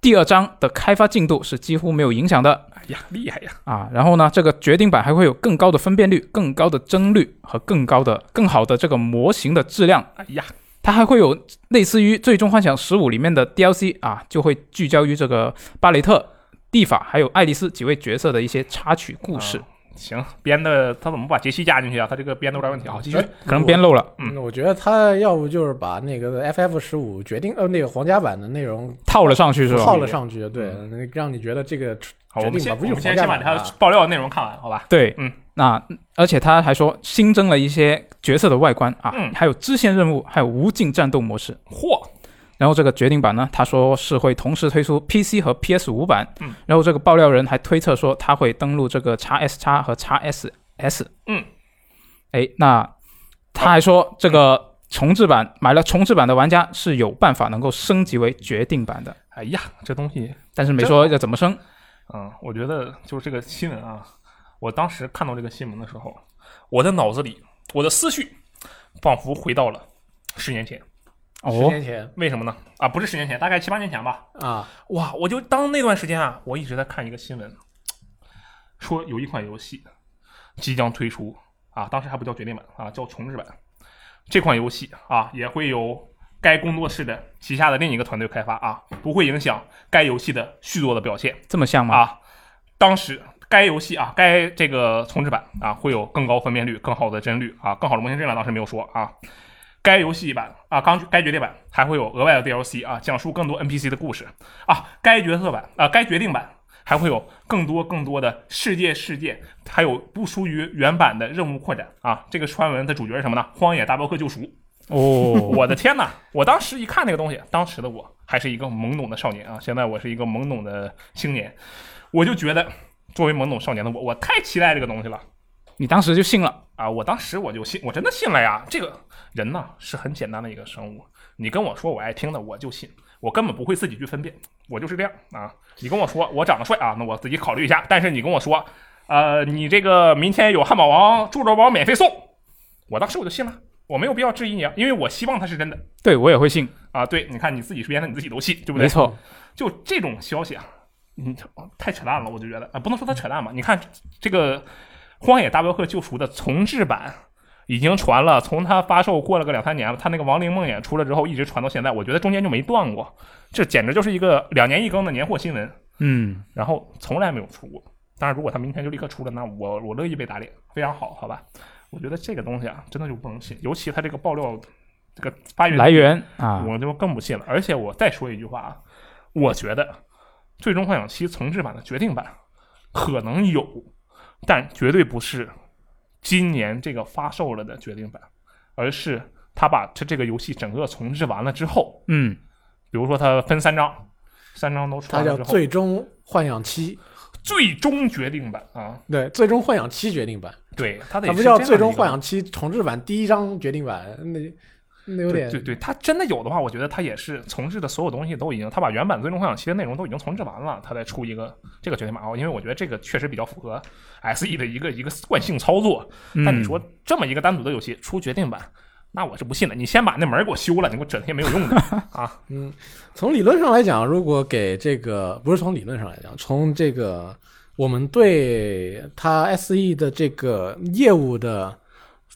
Speaker 2: 第二章的开发进度是几乎没有影响的
Speaker 3: 哎呀，厉害呀！
Speaker 2: 啊。然后呢，这个决定版还会有更高的分辨率、更高的帧率和更高的、更好的这个模型的质量。
Speaker 3: 哎呀，
Speaker 2: 它还会有类似于《最终幻想十五》里面的 DLC 啊，就会聚焦于这个巴雷特、蒂法还有爱丽丝几位角色的一些插曲故事，
Speaker 3: 啊行，编的他怎么把杰西加进去啊？他这个编的有点问题。好，继续
Speaker 1: 哎。
Speaker 2: 可能编漏了，
Speaker 3: 嗯
Speaker 1: 嗯，我觉得他要不就是把那个 FF 十五决定呃那个皇家版的内容
Speaker 2: 套了上去是吧？啊
Speaker 1: 套了上去，对，让你觉得这个
Speaker 3: 嗯好，我
Speaker 1: 决
Speaker 3: 们
Speaker 1: 定
Speaker 3: 先
Speaker 1: 吧，
Speaker 3: 我
Speaker 1: 不就
Speaker 3: 们
Speaker 1: 是
Speaker 3: 先
Speaker 1: 皇
Speaker 3: 先
Speaker 1: 家
Speaker 3: 把
Speaker 1: 版
Speaker 3: 它
Speaker 1: 啊
Speaker 3: 爆料的内容看完，好吧？
Speaker 2: 对，
Speaker 3: 嗯，
Speaker 2: 那而且他还说新增了一些角色的外观啊，
Speaker 3: 嗯
Speaker 2: 还有支线任务，还有无尽战斗模式。
Speaker 3: 嚯，
Speaker 2: 然后这个决定版呢，他说是会同时推出 PC 和 PS 五版。
Speaker 3: 嗯
Speaker 2: 然后这个爆料人还推测说，他会登录这个 x S x 和 x SS。
Speaker 3: 嗯，
Speaker 2: 哎，那他还说这个重置版买了重置版的玩家是有办法能够升级为决定版的，
Speaker 3: 哎呀，这东西，
Speaker 2: 但是没说要怎么升。
Speaker 3: 嗯，我觉得就是这个新闻啊，我当时看到这个新闻的时候，我的脑子里，我的思绪仿佛回到了十年前。
Speaker 1: 啊十
Speaker 2: 哦，
Speaker 1: 年前
Speaker 3: 为什么呢？啊，不是十年前，大概七八年前吧。
Speaker 1: 啊，
Speaker 3: 哇，我就当那段时间啊，我一直在看一个新闻，说有一款游戏即将推出啊，当时还不叫决定版啊，叫重置版。这款游戏啊，也会由该工作室的旗下的另一个团队开发啊，不会影响该游戏的续作的表现
Speaker 2: 这么像吗？
Speaker 3: 啊。当时该游戏啊，该这个重置版啊，会有更高分辨率、更好的帧率啊、更好的模型质量，当时没有说啊。该游戏版啊，刚该决定版还会有额外的 DLC 啊，讲述更多 NPC 的故事啊。该角色版啊，该决定版还会有更多更多的世界事件，还有不输于原版的任务扩展啊。这个传闻的主角是什么呢？荒野大镖客救赎。
Speaker 2: 哦，
Speaker 3: 我的天呐！我当时一看那个东西，当时的我还是一个懵懂的少年啊，现在我是一个懵懂的青年，我就觉得作为懵懂少年的我，我太期待这个东西了
Speaker 2: 你当时就信了，
Speaker 3: 啊！我当时我就信，我真的信了呀！这个人呐是很简单的一个生物，你跟我说我爱听的，我就信。我根本不会自己去分辨，我就是这样啊！你跟我说我长得帅啊，那我自己考虑一下。但是你跟我说，呃，你这个明天有汉堡王、猪肘堡免费送，我当时我就信了，我没有必要质疑你啊，因为我希望它是真的。
Speaker 2: 对我也会信，
Speaker 3: 啊，对，你看你自己编的，你自己都信，对不对？
Speaker 2: 没，错。
Speaker 3: 就这种消息啊，你太扯淡了，我就觉得啊，不能说它扯淡吧。你看这个《荒野大镖客：救赎》的重置版已经传了，从它发售过了个两三年了，它那个《亡灵梦魇》出了之后一直传到现在，我觉得中间就没断过，这简直就是一个两年一更的年货新闻，
Speaker 2: 嗯，
Speaker 3: 然后从来没有出过。当然，如果它明天就立刻出了，那我我乐意被打脸，非常好，好吧？我觉得这个东西啊，真的就不能信，尤其它这个爆料这个发源地
Speaker 2: 来源啊，
Speaker 3: 我就更不信了。而且我再说一句话啊，我觉得《最终幻想七》重置版的决定版可能有，但绝对不是今年这个发售了的决定版，而是他把这这个游戏整个重置完了之后，
Speaker 2: 嗯，
Speaker 3: 比如说它分三章，三章都出
Speaker 1: 它
Speaker 3: 完
Speaker 1: 叫
Speaker 3: 了之后，
Speaker 1: 最终幻想七，
Speaker 3: 最终决定版啊，
Speaker 1: 对，最终幻想七决定版，
Speaker 3: 对，它得
Speaker 1: 它不
Speaker 3: 是
Speaker 1: 叫
Speaker 3: 这样
Speaker 1: 最
Speaker 3: 的
Speaker 1: 终
Speaker 3: 一个
Speaker 1: 幻想七重置版第一章决定版，那那有点
Speaker 3: 对对对，他真的有的话，我觉得他也是重置的所有东西都已经，他把原版《最终幻想七》的内容都已经重置完了，他再出一个这个决定版啊，因为我觉得这个确实比较符合 S E 的一个一个惯性操作。
Speaker 2: 嗯
Speaker 3: 但你说这么一个单独的游戏出决定版，那我是不信的。你先把那门儿给我修了，你给我整些没有用 的啊！
Speaker 1: 从理论上来讲，如果给这个不是从理论上来讲，从这个我们对它 SE 的这个业务的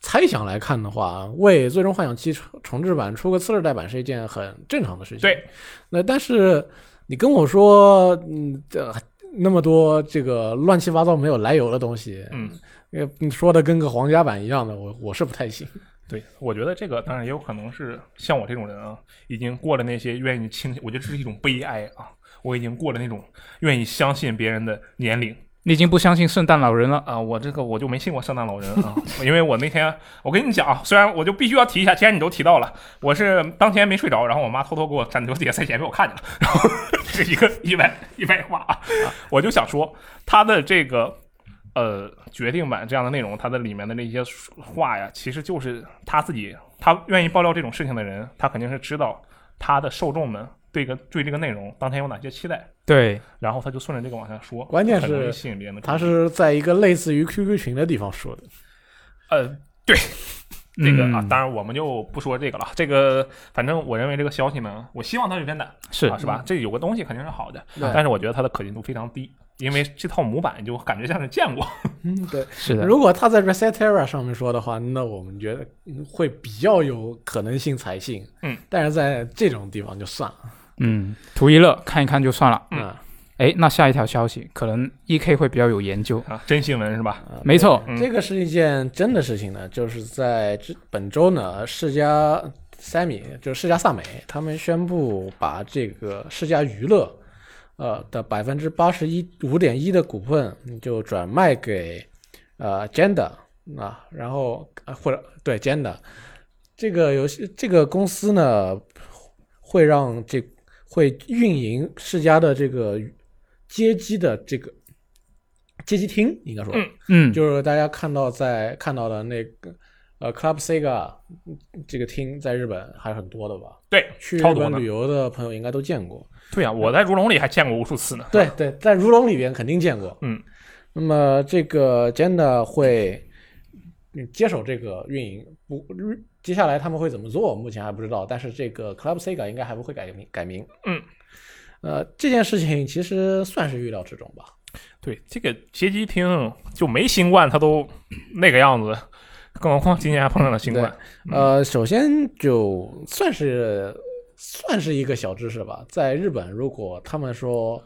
Speaker 1: 猜想来看的话，为《最终幻想七》重重置版出个次世代版是一件很正常的事情。
Speaker 3: 对，
Speaker 1: 那但是你跟我说，嗯，这那么多这个乱七八糟没有来由的东西，
Speaker 3: 嗯，
Speaker 1: 呃你说的跟个皇家版一样的，我我是不太信。
Speaker 3: 对，我觉得这个当然也有可能是像我这种人啊，已经过了那些愿意轻，我觉得这是一种悲哀啊，我已经过了那种愿意相信别人的年龄
Speaker 2: 你已经不相信圣诞老人了。
Speaker 3: 啊，我这个我就没信过圣诞老人啊，因为我那天我跟你讲啊，虽然我就必须要提一下，既然你都提到了，我是当天没睡着，然后我妈偷偷给我站球底下塞钱被我看见了，然后 这是一个意外意外话啊，我就想说他的这个呃决定版这样的内容，它的里面的那些话呀，其实就是他自己，他愿意爆料这种事情的人，他肯定是知道他的受众们对个对这个内容当天有哪些期待，
Speaker 2: 对，
Speaker 3: 然后他就顺着这个往下说，
Speaker 1: 关键是
Speaker 3: 很容易吸引别人的注意，
Speaker 1: 它是在一个类似于 QQ 群的地方说的，
Speaker 3: 呃。对，这个啊，
Speaker 2: 嗯
Speaker 3: 当然我们就不说这个了。这个，反正我认为这个消息呢，我希望它是真的，
Speaker 2: 是
Speaker 3: 啊，是吧？这有个东西肯定是好的，
Speaker 1: 对
Speaker 3: 但是我觉得它的可信度非常低，因为这套模板就感觉像是见 过。
Speaker 1: 嗯，对。
Speaker 2: 是的，
Speaker 1: 如果他在 Resetera 上面说的话，那我们觉得嗯会比较有可能性才信。
Speaker 3: 嗯，
Speaker 1: 但是在这种地方就算了。
Speaker 2: 嗯，图一乐看一看就算了。
Speaker 3: 嗯
Speaker 1: 啊
Speaker 2: 哎，那下一条消息可能 E K 会比较有研究。
Speaker 3: 啊，真新闻是吧？
Speaker 1: 啊
Speaker 2: 没错
Speaker 1: 对
Speaker 3: 嗯
Speaker 1: 这个是一件真的事情呢，就是在这本周呢，世嘉 Sammy 就是世嘉萨美，他们宣布把这个世嘉娱乐。呃的百分之八十一五点一的股份就转卖给呃 Gender 啊，然后啊或者对 Gender 这个游戏这个公司呢，会让这会运营世嘉的这个街机的这个街机厅，应该说，
Speaker 3: 嗯
Speaker 2: 嗯，
Speaker 1: 就是大家看到在看到的那个呃 Club Sega 这个厅，在日本还是很多的吧？
Speaker 3: 对，
Speaker 1: 去日
Speaker 3: 超多
Speaker 1: 本
Speaker 3: 呢
Speaker 1: 旅。游的朋友应该都见过。
Speaker 3: 对呀、我在如龙里还见过无数次呢。
Speaker 1: 对对，在如龙里边肯定见过。
Speaker 3: 嗯，
Speaker 1: 那么这个 Jenda 会嗯接手这个运营，不，日接下来他们会怎么做，目前还不知道。但是这个 Club Sega 应该还不会改名改名。
Speaker 3: 嗯，
Speaker 1: 呃，这件事情其实算是预料之中吧。
Speaker 3: 对，这个街机厅就没新冠，它都那个样子，更何况今年还碰上了新冠。
Speaker 1: 呃，首先就算是算是一个小知识吧，在日本，如果他们说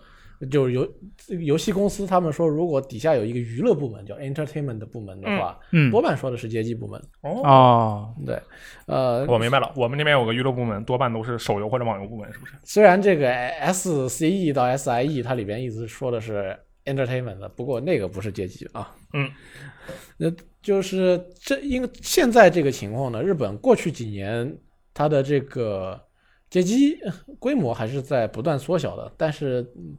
Speaker 1: 就是游游戏公司，他们说如果底下有一个娱乐部门叫 entertainment 部门的话，
Speaker 2: 嗯
Speaker 1: 多半说的是街机部门。
Speaker 3: 哦，
Speaker 2: 哦，
Speaker 1: 对，呃，
Speaker 3: 我明白了，我们这边有个娱乐部门，多半都是手游或者网游部门，是不是？
Speaker 1: 虽然这个 S C E 到 S I E 它里边一直说的是 entertainment 的，不过那个不是阶级啊。
Speaker 3: 嗯，
Speaker 1: 那就是这因为现在这个情况呢，日本过去几年它的这个阶级规模还是在不断缩小的，但是嗯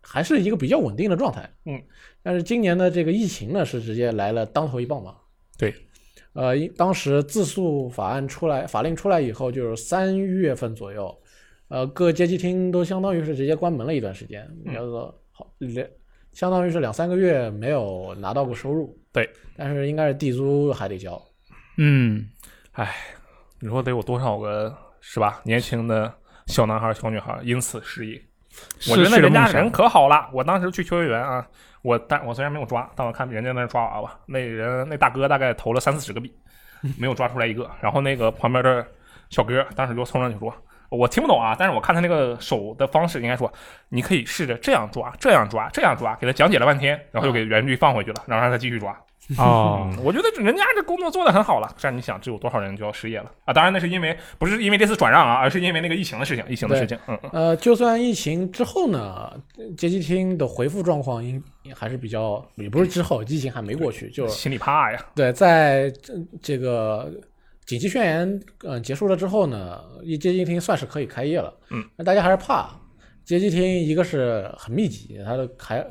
Speaker 1: 还是一个比较稳定的状态。
Speaker 3: 嗯，
Speaker 1: 但是今年的这个疫情呢，是直接来了当头一棒嘛。
Speaker 3: 对，
Speaker 1: 呃，因当时自诉法案出来，法令出来以后，就是三月份左右，呃，各街机厅都相当于是直接关门了一段时间，
Speaker 3: 嗯
Speaker 1: 叫做好两，相当于是两三个月没有拿到过收入。
Speaker 3: 对，
Speaker 1: 但是应该是地租还得交。
Speaker 2: 嗯，
Speaker 3: 你说得有多少个是吧？年轻的小男孩、小女孩因此失业。我
Speaker 2: 失
Speaker 3: 觉得
Speaker 2: 去了
Speaker 3: 人家
Speaker 2: 梦想
Speaker 3: 人可好了，我当时去秋叶原啊，我但我虽然没有抓，但我看人家那儿抓娃娃，那人那大哥大概投了三四十个币，没有抓出来一个。然后那个旁边的小哥当时就冲上去说：“我听不懂啊，但是我看他那个手的方式，应该说你可以试着这样抓，这样抓，这样抓。”给他讲解了半天，然后就给原地放回去了，然后让他继续抓。 嗯
Speaker 2: 哦，
Speaker 3: 我觉得人家这工作做得很好了，但你想，这有多少人就要失业了啊？当然，那是因为不是因为这次转让啊，而是因为那个疫情的事情，疫情的事情。嗯嗯，
Speaker 1: 呃，就算疫情之后呢，街机厅的回复状况应还是比较，也不是之后，疫情还没过去，就是
Speaker 3: 心里怕呀。
Speaker 1: 对，在这这个紧急宣言呃结束了之后呢，一街机厅算是可以开业了。
Speaker 3: 嗯，
Speaker 1: 那大家还是怕街机厅，一个是很密集，它的还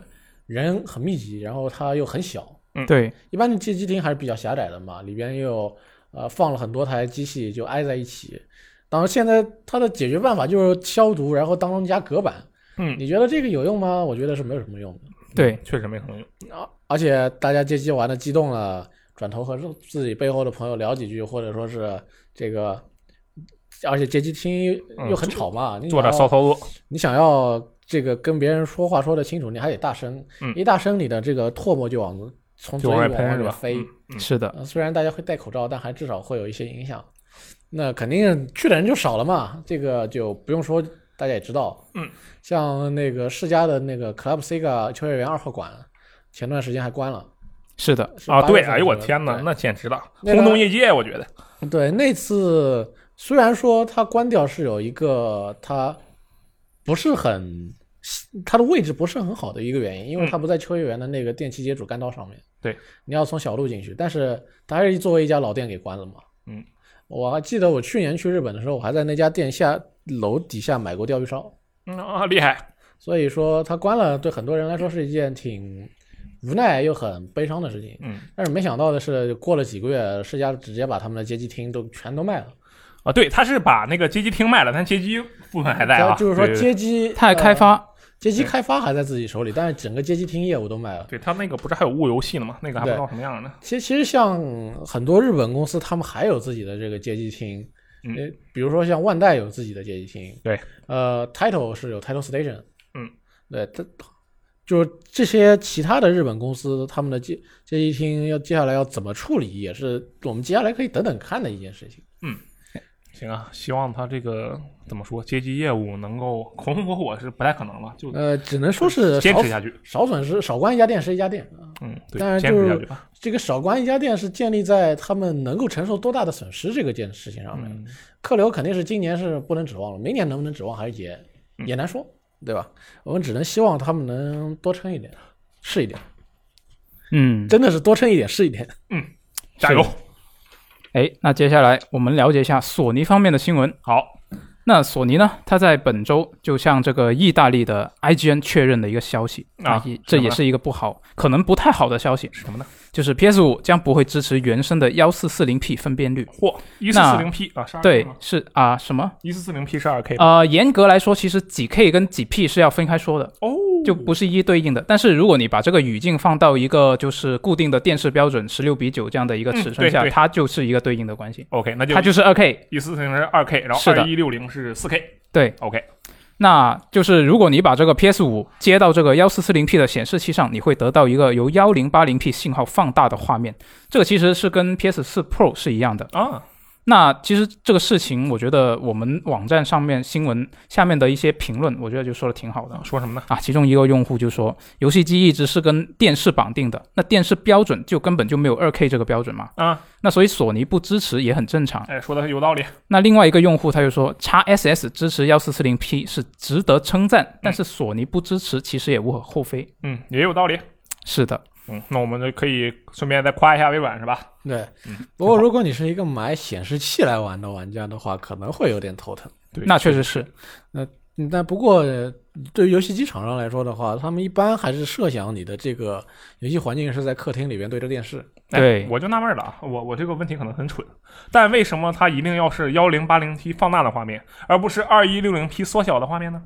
Speaker 1: 人很密集，然后它又很小。
Speaker 3: 嗯
Speaker 2: 对，
Speaker 1: 一般的街机厅还是比较狭窄的嘛，里边又有呃放了很多台机器就挨在一起。当然，现在它的解决办法就是消毒，然后当中加隔板。
Speaker 3: 嗯，
Speaker 1: 你觉得这个有用吗？我觉得是没有什么用的。
Speaker 2: 对，
Speaker 3: 确实没什么用。
Speaker 1: 啊，而且大家接机玩的激动了，转头和自己背后的朋友聊几句，或者说是这个，而且接机厅又
Speaker 3: 嗯
Speaker 1: 又很吵嘛，你
Speaker 3: 做
Speaker 1: 想
Speaker 3: 点
Speaker 1: 要
Speaker 3: 骚操作，
Speaker 1: 你想要这个跟别人说话说的清楚，你还得大声，
Speaker 3: 嗯
Speaker 1: 一大声你的这个唾沫就往从
Speaker 3: 就
Speaker 1: 嘴里
Speaker 3: 往外
Speaker 1: 往
Speaker 3: 喷
Speaker 1: 外
Speaker 3: 是
Speaker 1: 面
Speaker 3: 吧？
Speaker 1: 飞、
Speaker 3: 嗯
Speaker 2: 是的，
Speaker 1: 呃虽然大家会戴口罩，但还至少会有一些影响。那肯定去的人就少了嘛，这个就不用说，大家也知道。
Speaker 3: 嗯，
Speaker 1: 像那个世嘉的那个 Club Sega 秋叶原二号馆，前段时间还关了。
Speaker 2: 是的，
Speaker 1: 是
Speaker 3: 啊，
Speaker 1: 八
Speaker 3: 对，
Speaker 1: 月份
Speaker 3: 哎呦我
Speaker 1: 的时候
Speaker 3: 天哪，
Speaker 1: 对
Speaker 3: 那简直了，
Speaker 1: 那
Speaker 3: 轰
Speaker 1: 个
Speaker 3: 动业界，我觉得。
Speaker 1: 对，那次虽然说它关掉是有一个它不是很它的位置不是很好的一个原因，因为它不在秋叶原的那个电器街主干道上面。
Speaker 3: 嗯对，
Speaker 1: 你要从小路进去，但是它还是作为一家老店给关了嘛。
Speaker 3: 嗯，
Speaker 1: 我还记得我去年去日本的时候，我还在那家店下楼底下买过鲷鱼烧。
Speaker 3: 嗯啊，厉害，
Speaker 1: 所以说它关了，对很多人来说是一件挺无奈又很悲伤的事情。
Speaker 3: 嗯
Speaker 1: 但是没想到的是，过了几个月，世嘉直接把他们的街机厅都全都卖了。
Speaker 3: 啊，对，他是把那个街机厅卖了，但街机部分还在啊，
Speaker 1: 就是说
Speaker 3: 对对
Speaker 1: 街 机，
Speaker 2: 它还开
Speaker 1: 呃、
Speaker 2: 发，
Speaker 1: 街机
Speaker 3: 对
Speaker 1: 开发还在自己手里，但是整个街机厅业务都卖了。
Speaker 3: 对他那个不是还有物游戏呢吗？那个还不知道什么样呢。
Speaker 1: 其实其实像很多日本公司，他们还有自己的这个街机厅，
Speaker 3: 嗯
Speaker 1: 呃，比如说像万代有自己的街机厅，
Speaker 3: 对，
Speaker 1: 呃，Title 是有 Title Station，
Speaker 3: 嗯，
Speaker 1: 对，它就是这些其他的日本公司，他们的街街机厅要接下来要怎么处理，也是我们接下来可以等等看的一件事情。
Speaker 3: 行啊，希望他这个怎么说，街机业务能够红红火火是不太可能了，就
Speaker 1: 呃，只能说是
Speaker 3: 坚
Speaker 1: 少
Speaker 3: 持下去。
Speaker 1: 少损失，少关一家店是一家店啊。
Speaker 3: 嗯，
Speaker 1: 当
Speaker 3: 对，
Speaker 1: 然
Speaker 3: 坚
Speaker 1: 就
Speaker 3: 持
Speaker 1: 是
Speaker 3: 下去吧。
Speaker 1: 这个少关一家店是建立在他们能够承受多大的损失这个件事情上面。
Speaker 3: 嗯，
Speaker 1: 客流肯定是今年是不能指望了，明年能不能指望还是也
Speaker 3: 嗯
Speaker 1: 也难说，对吧？我们只能希望他们能多撑一点，是一点，
Speaker 2: 嗯，
Speaker 1: 真的是多撑一点是一点。
Speaker 3: 加油！
Speaker 2: 哎，那接下来我们了解一下索尼方面的新闻。
Speaker 3: 好，
Speaker 2: 那索尼呢？它在本周就向这个意大利的 IGN 确认了一个消息
Speaker 3: 啊
Speaker 2: 也
Speaker 3: 什
Speaker 2: 这
Speaker 3: 么
Speaker 2: 也
Speaker 3: 呢
Speaker 2: 是一个不好，可能不太好的消息，
Speaker 3: 是什么呢？
Speaker 2: 就是 PS 五将不会支持原生的幺四四零 P 分辨率。
Speaker 3: 嚯，一四四零 P 啊，是二 K
Speaker 2: 对
Speaker 3: 吗？，
Speaker 2: 是啊、什么？
Speaker 3: 一四四零 P 是二 K
Speaker 1: 啊
Speaker 2: 呃，严格来说，其实几 K 跟几 P 是要分开说的，
Speaker 3: 哦，
Speaker 2: 就不是一一对应的。但是如果你把这个语境放到一个就是固定的电视标准十六比九这样的一个尺
Speaker 3: 嗯对
Speaker 2: 寸下，
Speaker 3: 对
Speaker 2: 它就是一个对应的关系，
Speaker 3: OK，那就
Speaker 2: 它就是二 K。
Speaker 3: 一四四零是二 K，然后
Speaker 2: 是的
Speaker 3: 二一六零是四 K。
Speaker 2: 对，
Speaker 3: OK，
Speaker 2: 那就是如果你把这个 PS 五接到这个幺四四零 P 的显示器上，你会得到一个由幺零八零 P 信号放大的画面。这个其实是跟 PS 四 Pro 是一样的。
Speaker 3: 啊，
Speaker 2: 那其实这个事情，我觉得我们网站上面新闻下面的一些评论，我觉得就说的挺好的。
Speaker 3: 说什么呢？
Speaker 2: 啊，其中一个用户就说，游戏机一直是跟电视绑定的，那电视标准就根本就没有二 K 这个标准嘛，
Speaker 3: 啊，
Speaker 2: 那所以索尼不支持也很正常。
Speaker 3: 哎，说的有道理。
Speaker 2: 那另外一个用户他就说，x SS 支持幺四四零 P 是值得称赞，但是索尼不支持其实也无可厚非。
Speaker 3: 嗯，也有道理。
Speaker 2: 是的，
Speaker 3: 嗯，那我们就可以顺便再夸一下微软是吧？
Speaker 1: 对
Speaker 3: 嗯，
Speaker 1: 不过如果你是一个买显示器来玩的玩家的话，可能会有点头疼。
Speaker 3: 对
Speaker 2: 那确实是，
Speaker 1: 嗯但不过，呃对于游戏机厂商来说的话，他们一般还是设想你的这个游戏环境是在客厅里边对着电视。
Speaker 3: 哎
Speaker 2: 对
Speaker 3: 我就纳闷了啊，我我这个问题可能很蠢，但为什么它一定要是幺零八零 P 放大的画面，而不是二一六零 P 缩小的画面呢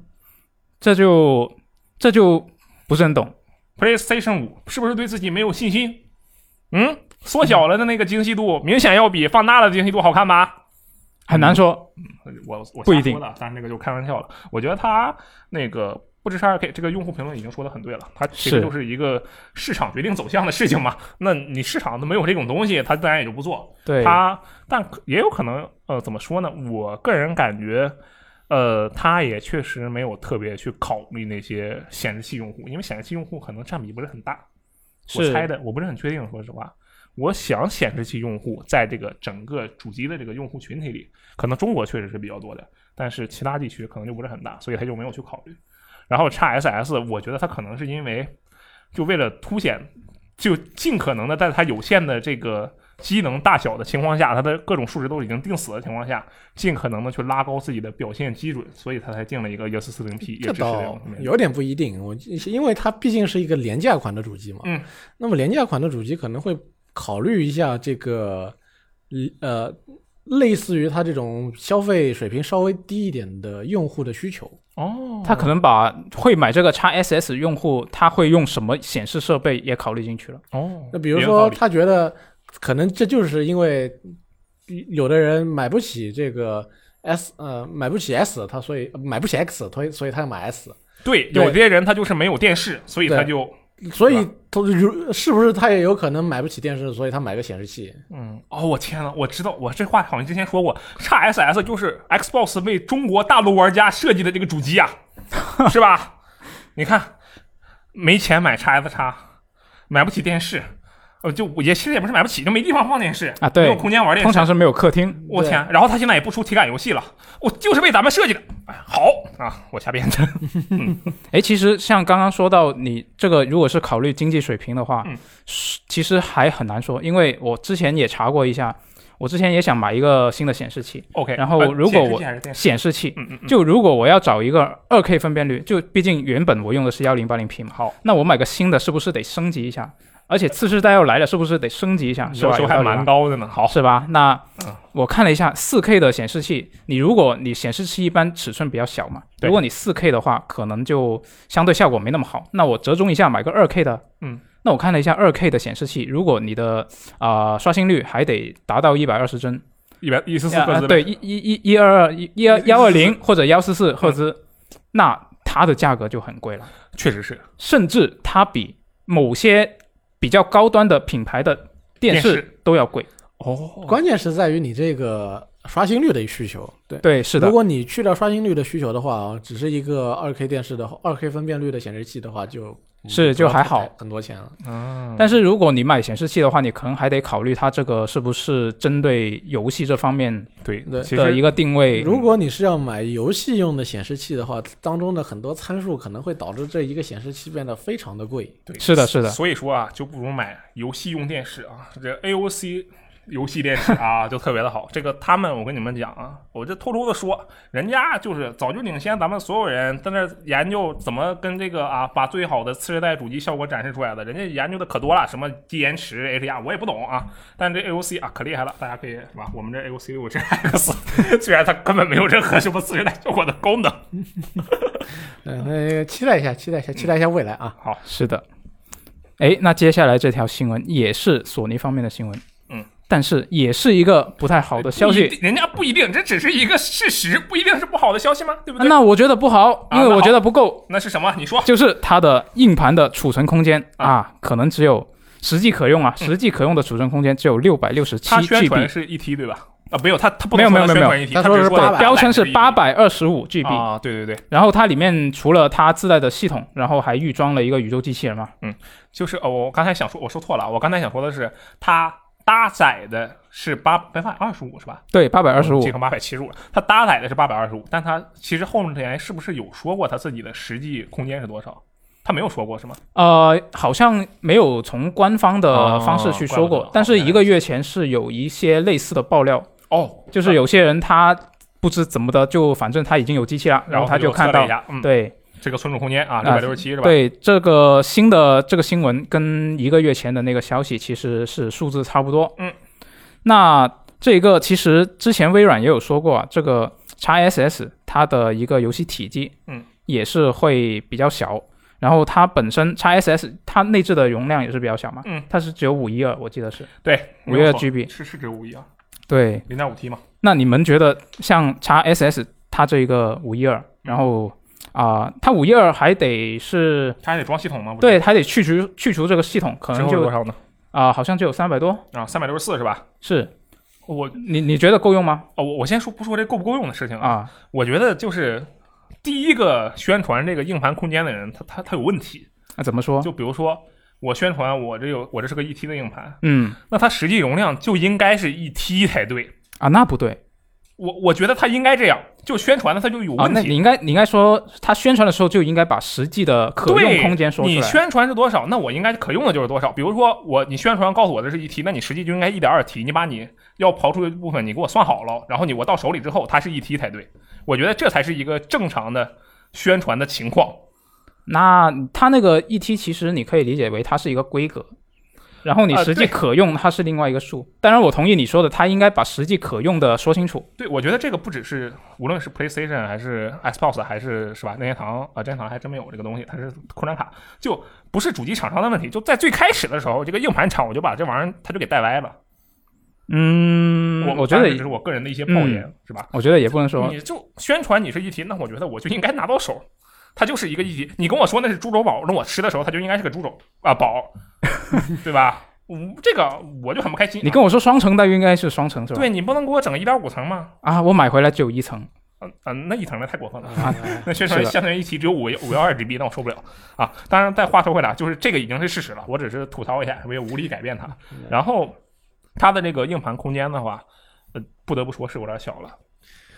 Speaker 2: 这就这就不是很懂。
Speaker 3: ？PlayStation 五是不是对自己没有信心？嗯，缩小了的那个精细度明显要比放大了的精细度好看吧？嗯
Speaker 2: 很难说，
Speaker 3: 我我瞎
Speaker 2: 不一定
Speaker 3: 说的，但是那个就开玩笑了。我觉得它那个不支持二 K，这个用户评论已经说的很对了，它其实
Speaker 2: 是
Speaker 3: 就是一个市场决定走向的事情嘛。那你市场都没有这种东西，它自然也就不做。
Speaker 2: 对，
Speaker 3: 他，但可也有可能，呃，怎么说呢？我个人感觉，呃，他也确实没有特别去考虑那些显示器用户，因为显示器用户可能占比不是很大。我
Speaker 2: 是
Speaker 3: 猜的，我不是很确定，说实话。我想显示器用户在这个整个主机的这个用户群体里，可能中国确实是比较多的，但是其他地区可能就不是很大，所以他就没有去考虑。然后 x SS，我觉得它可能是因为就为了凸显，就尽可能的在它有限的这个机能大小的情况下，它的各种数值都已经定死的情况下，尽可能的去拉高自己的表现基准，所以它才定了一个幺四四零 P，也
Speaker 1: 这
Speaker 3: 支持这
Speaker 1: 倒
Speaker 3: 种方面
Speaker 1: 有点不一定，我因为它毕竟是一个廉价款的主机嘛，
Speaker 3: 嗯，
Speaker 1: 那么廉价款的主机可能会考虑一下这个，呃，类似于它这种消费水平稍微低一点的用户的需求，
Speaker 3: 哦，
Speaker 2: 他可能把会买这个 x SS 用户他会用什么显示设备也考虑进去了。
Speaker 3: 哦，
Speaker 1: 那比如
Speaker 3: 也有道
Speaker 1: 说，
Speaker 3: 理
Speaker 1: 他觉得可能这就是因为有的人买不起这个 S 呃买不起 S，他所以买不起 X，所以所以他要买 S，
Speaker 3: 对，
Speaker 1: 对
Speaker 3: 有些人他就是没有电视，所以
Speaker 1: 对
Speaker 3: 他就
Speaker 1: 所以他如是不是他也有可能买不起电视，所以他买个显示器？
Speaker 3: 嗯，哦，我天呐，我知道，我这话好像之前说过，x SS 就是 Xbox 为中国大陆玩家设计的这个主机 啊，是吧？你看，没钱买 x S x 买不起电视，呃，就也其实也不是买不起，就没地方放电视
Speaker 2: 啊对
Speaker 3: 没有空间玩电
Speaker 2: 通
Speaker 3: 视。
Speaker 2: 常是没有客厅。
Speaker 3: 我天！然后他现在也不出体感游戏了，我就是为咱们设计的。哎，好啊，我瞎编的。
Speaker 2: 哎，其实像刚刚说到你这个，如果是考虑经济水平的话，
Speaker 3: 嗯
Speaker 2: 是其实还很难说，因为我之前也查过一下，我之前也想买一个新的显示器，
Speaker 3: OK，
Speaker 2: 然后
Speaker 3: 呃
Speaker 2: 如果
Speaker 3: 显示器
Speaker 2: 我
Speaker 3: 还是电视
Speaker 2: 显示器。
Speaker 3: 嗯嗯嗯，
Speaker 2: 就如果我要找一个二 K 分辨率，就毕竟原本我用的是幺零八零 P 嘛，
Speaker 3: 嗯好，
Speaker 2: 那我买个新的是不是得升级一下？而且次世代要来了，是不是得升级一下？是
Speaker 3: 要
Speaker 2: 吧？
Speaker 3: 求
Speaker 2: 有
Speaker 3: 还
Speaker 2: 道理吧啊
Speaker 3: 蛮高的呢。好，
Speaker 2: 是吧？那
Speaker 3: 哦嗯
Speaker 2: 我看了一下四 K 的显示器，你如果你显示器一般尺寸比较小嘛，
Speaker 3: 对
Speaker 2: 如果你四 K 的话，可能就相对效果没那么好。那我折中一下买个二 K 的，
Speaker 3: 嗯，
Speaker 2: 那我看了一下二 K 的显示器，如果你的啊、刷新率还得达到一百二十帧，
Speaker 3: 一百一十四
Speaker 2: 啊
Speaker 3: 赫兹呗，
Speaker 2: 啊对，一一一一二二一一二幺二零或者幺四
Speaker 3: 嗯
Speaker 2: 四赫兹，那它的价格就很贵了，
Speaker 3: 确实是
Speaker 2: 甚至它比某些比较高端的品牌的电
Speaker 3: 电
Speaker 2: 视
Speaker 3: 视
Speaker 2: 都要贵。
Speaker 3: 哦
Speaker 1: 关键是在于你这个刷新率的需求。对，
Speaker 2: 对，是的
Speaker 1: 如。果你去掉刷新率的需求的话，只是一个二 K 电视的二 K 分辨率的显示器的话，就是
Speaker 2: 就还好，
Speaker 1: 很多钱了。
Speaker 3: 嗯
Speaker 2: 但是如果你买显示器的话，你可能还得考虑它这个是不是针对游戏这方面
Speaker 3: 对
Speaker 1: 对
Speaker 3: 其
Speaker 2: 的一
Speaker 3: 实
Speaker 2: 个定位。
Speaker 1: 如果你是要买游戏用的显示器的话，当中的很多参数可能会导致这一个显示器变得非常的贵。
Speaker 3: 对
Speaker 2: 是的是的
Speaker 3: 所以说啊，就不如买游戏用电视啊，这 AOC 游戏电视啊，就特别的好。这个他们，我跟你们讲啊，我这偷偷的说，人家就是早就领先咱们所有人，在那儿研究怎么跟这个啊，把最好的次世代主机效果展示出来的，人家研究的可多了，什么低延迟 HDR 我也不懂啊，但这 AOC 啊可厉害了，大家可以是吧？我们这 AOC 六这 X，虽 然它根本没有任何什么次世代效果的功能，
Speaker 1: 嗯，呃期待一下，期待一下，期待一下未来 啊！
Speaker 2: 是的，哎，那接下来这条新闻也是索尼方面的新闻，
Speaker 3: 嗯，
Speaker 2: 但是也是一个不太好的消
Speaker 3: 不一
Speaker 2: 息。
Speaker 3: 定，人家不一定，这只是一个事实，不一定是不好的消息吗？对不
Speaker 2: 啊
Speaker 3: 对？
Speaker 2: 那我觉得不好，因
Speaker 3: 啊
Speaker 2: 为
Speaker 3: 那
Speaker 2: 我觉得不够，
Speaker 3: 那是什么？你说
Speaker 2: 就是它的硬盘的储存空间
Speaker 3: 啊
Speaker 2: 啊，可能只有实际可用啊，实际可用的储存空间只有六百六十七
Speaker 3: 他宣
Speaker 2: GB，
Speaker 3: 传是一 T 对吧？啊，没有，他他不
Speaker 2: 没有
Speaker 3: 能
Speaker 2: 没有
Speaker 3: 说
Speaker 2: 没
Speaker 3: 宣
Speaker 2: 有
Speaker 3: 传一 T，
Speaker 1: 他
Speaker 3: 他
Speaker 1: 说
Speaker 3: 只
Speaker 1: 是
Speaker 3: 说
Speaker 1: 800
Speaker 2: 标称是八
Speaker 3: 百
Speaker 2: 百二十五 GB。
Speaker 3: 啊，对对对，
Speaker 2: 然后它里面除了它自带的系统，然后还预装了一个宇宙机器人嘛。
Speaker 3: 就是哦，我刚才想说，我说错了，我刚才想说的是，它搭载的是八百二十五是吧？哦
Speaker 2: 对，八百二十五
Speaker 3: 这。个八百七十五，它搭载的是八百二十五，但它其实后面是不是有说过它自己的实际空间是多少？他没有说过是吗？
Speaker 2: 呃，好像没有从官方的
Speaker 3: 哦
Speaker 2: 方哦式去
Speaker 3: 怪
Speaker 2: 说
Speaker 3: 不
Speaker 2: 过
Speaker 3: 得，
Speaker 2: 但是一个月前是有一些类似的爆料，
Speaker 3: 哦，
Speaker 2: 就是有些人他不知怎么的，就反正他已经哦有机器了，然
Speaker 3: 然
Speaker 2: 后
Speaker 3: 后
Speaker 2: 他就看
Speaker 3: 测了
Speaker 2: 到
Speaker 3: 一，下，嗯，
Speaker 2: 对
Speaker 3: 这个存储空间啊，六
Speaker 2: 啊
Speaker 3: 百六十七是吧？
Speaker 2: 对，这个新的这个新闻跟一个月前的那个消息其实是数字差不多。
Speaker 3: 嗯，
Speaker 2: 那这个其实之前微软也有说过啊，这个 XSS 它的一个游戏体积，
Speaker 3: 嗯，
Speaker 2: 也是会比较小。然后它本身 XSS 它内置的容量也是比较小嘛，
Speaker 3: 嗯，
Speaker 2: 它是只有五一二，我记得是
Speaker 3: 对，
Speaker 2: 五一二
Speaker 3: 没有错
Speaker 2: GB。
Speaker 3: 是是只有五一啊，
Speaker 2: 对，
Speaker 3: 零点五 T 嘛。
Speaker 2: 那你们觉得像 x SS 它这一个五一
Speaker 3: 嗯
Speaker 2: 二，然后啊、它五一二还得是
Speaker 3: 它还得装系统吗？不是，
Speaker 2: 对，还得去除去除这个系统，可
Speaker 3: 之
Speaker 2: 能
Speaker 3: 后
Speaker 2: 就
Speaker 3: 多
Speaker 2: 啊、
Speaker 3: 少呢？
Speaker 2: 好像就有三百多。
Speaker 3: 啊，三百六十四是吧？
Speaker 2: 是
Speaker 3: 我
Speaker 2: 你你觉得够用吗？
Speaker 3: 哦，我我先说不说这够不够用的事情啊？
Speaker 2: 啊，
Speaker 3: 我觉得就是第一个宣传这个硬盘空间的人，他他他有问题。
Speaker 2: 那怎么说？
Speaker 3: 就比如说我宣传我这有我这是个一 T 的硬盘，
Speaker 2: 嗯
Speaker 3: 那它实际容量就应该是一 T 才对。
Speaker 2: 啊，那不对
Speaker 3: 我我觉得他应该这样，就宣传的他就有
Speaker 2: 啊，
Speaker 3: 问
Speaker 2: 那
Speaker 3: 题。
Speaker 2: 你应该你应该说，它宣传的时候就应该把实际的可用
Speaker 3: 对
Speaker 2: 空间说出
Speaker 3: 你
Speaker 2: 来。
Speaker 3: 宣传是多少，那我应该可用的就是多少。比如说我你宣传告诉我这是一 T，那你实际就应该一点二 T。你把你要刨出的部分你给我算好了，然后你我到手里之后它是一 T 才对。我觉得这才是一个正常的宣传的情况。
Speaker 2: 那它那个 ET 其实你可以理解为它是一个规格，然后你
Speaker 3: 啊
Speaker 2: 实际
Speaker 3: 对
Speaker 2: 可用它是另外一个数。当然，我同意你说的，它应该把实际可用的说清楚。
Speaker 3: 对，我觉得这个不只是无论是 PlayStation 还是 Xbox 还是是吧任天堂啊，任天堂还真没有这个东西，它是扩展卡，就不是主机厂商的问题。就在最开始的时候，这个硬盘厂我就把这玩意儿它就给带歪了。
Speaker 2: 嗯，我觉
Speaker 3: 当
Speaker 2: 得嗯
Speaker 3: 然这只是我个人的一些抱怨，是吧？
Speaker 2: 我觉得也不能说
Speaker 3: 你就宣传你是一体，那我觉得我就应该拿到手，它就是一个一体。你跟我说那是猪肘堡，那我吃的时候它就应该是个猪肘啊堡， 对吧？嗯，这个我就很不开心。啊
Speaker 2: 你跟我说双层待遇应该是双层是吧？
Speaker 3: 对你不能给我整个一点五层吗？
Speaker 2: 啊，我买回来只有一层，
Speaker 3: 嗯、嗯、那一层的太过分了。
Speaker 1: 啊，
Speaker 3: 那宣
Speaker 2: 是
Speaker 3: 传
Speaker 2: 的
Speaker 3: 相当于一提只有五五幺二 GB，那我受不了啊！当然，但话说回来，就是这个已经是事实了，我只是吐槽一下，我也无力改变它。
Speaker 2: 嗯
Speaker 3: 然后它的这个硬盘空间的话，呃，不得不说是有点小了。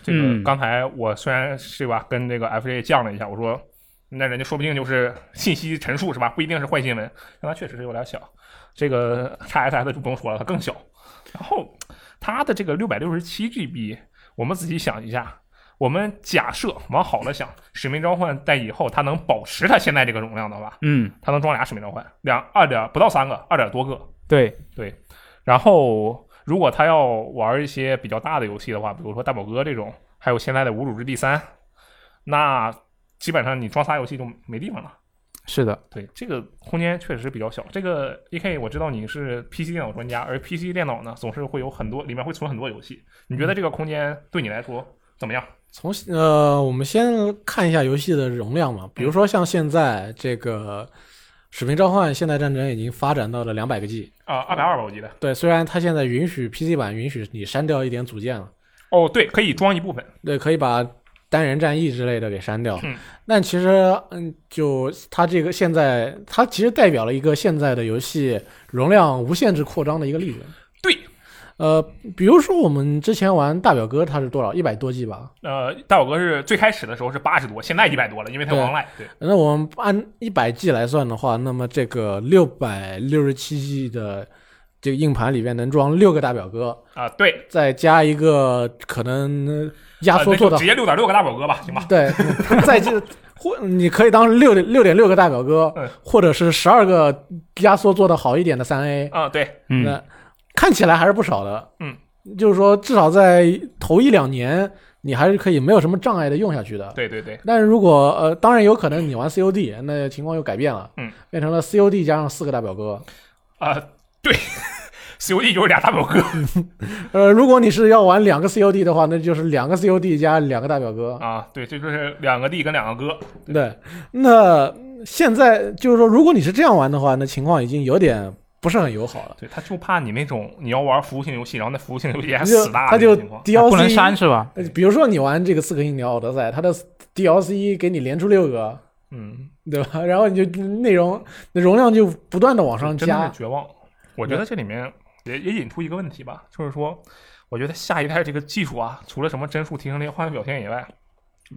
Speaker 3: 这个
Speaker 2: 嗯
Speaker 3: 刚才我虽然是吧跟这个 FJ 犟了一下，我说那人家说不定就是信息陈述是吧，不一定是坏新闻，但它确实是有点小。这个 XSS 就不用说了，它更小。然后它的这个六百六十七 GB，我们仔细想一下，我们假设往好了想，《使命召唤》在以后它能保持它现在这个容量的话，
Speaker 2: 嗯，
Speaker 3: 它能装俩《使命召唤》，两二点不到三个，二点多个。
Speaker 2: 对，
Speaker 3: 然后如果他要玩一些比较大的游戏的话，比如说大表哥这种，还有现在的《无主之地三》，那基本上你装仨游戏就没地方了。
Speaker 2: 是的，
Speaker 3: 对，这个空间确实比较小。这个 E K 我知道你是 PC 电脑专家，而 PC 电脑呢总是会有很多里面会存很多游戏。你觉得这个空间对你来说怎么样？
Speaker 1: 从呃，我们先看一下游戏的容量嘛，比如说像现在这个《使命召唤：现代战争》已经发展到了两百个 G，
Speaker 3: 啊、2二百二吧，我记得。
Speaker 1: 对，虽然它现在允许 PC 版允许你删掉一点组件了，
Speaker 3: 哦，对，可以装一部分。
Speaker 1: 对，可以把单人战役之类的给删掉，
Speaker 3: 嗯
Speaker 1: 但其实嗯，就它这个现在它其实代表了一个现在的游戏容量无限制扩张的一个例子。
Speaker 3: 对，
Speaker 1: 呃，比如说我们之前玩大表哥，它是多少？一百多 G 吧？
Speaker 3: 呃，大表哥是最开始的时候是八十多，现在一百多了，因为它
Speaker 1: 对
Speaker 3: online。对，
Speaker 1: 那我们按一百 G 来算的话，那么这个六百六十七 G 的这个硬盘里面能装六个大表哥，
Speaker 3: 啊、对，
Speaker 1: 再加一个可能压
Speaker 3: 啊
Speaker 1: 缩
Speaker 3: 那
Speaker 1: 做
Speaker 3: 就
Speaker 1: 的、
Speaker 3: 直接六点六个大表哥吧，行 吧？
Speaker 1: 对，再就或你可以当六点六点六个大表哥，
Speaker 3: 嗯
Speaker 1: 或者是十二个压缩做的好一点的三 A，、
Speaker 3: 啊、对，
Speaker 2: 嗯，
Speaker 1: 那看起来还是不少的。
Speaker 3: 嗯，
Speaker 1: 就是说至少在头一两年，你还是可以没有什么障碍的用下去的。
Speaker 3: 对对对，
Speaker 1: 但是如果呃，当然有可能你玩 COD，那情况又改变了，
Speaker 3: 嗯，
Speaker 1: 变成了 COD 加上四个大表哥。
Speaker 3: 啊、对，COD 就是俩大表哥
Speaker 1: 呃，如果你是要玩两个 COD 的话，那就是两个 COD 加两个大表哥。
Speaker 3: 啊，对，这就是两个弟跟两个哥，
Speaker 1: 对，那现在就是说，如果你是这样玩的话，那情况已经有点不是很友好了。
Speaker 3: 对他就怕你那种你要玩服务性游戏，然后那服务性游戏还
Speaker 1: 他就
Speaker 3: 死大
Speaker 1: 他
Speaker 3: 的
Speaker 1: 就
Speaker 3: 情况，
Speaker 2: 还不能删
Speaker 1: DLC，
Speaker 2: 是吧？
Speaker 1: 呃比如说你玩这个《刺客信条：奥德赛》，它的 DLC 给你连出六个，
Speaker 3: 嗯，
Speaker 1: 对吧？然后你就内容那容量就不断的往上
Speaker 3: 真的
Speaker 1: 加
Speaker 3: 是，绝望。我觉得这里面也也引出一个问题吧，就是说，我觉得下一代这个技术啊，除了什么帧数提升、这些画面表现以外，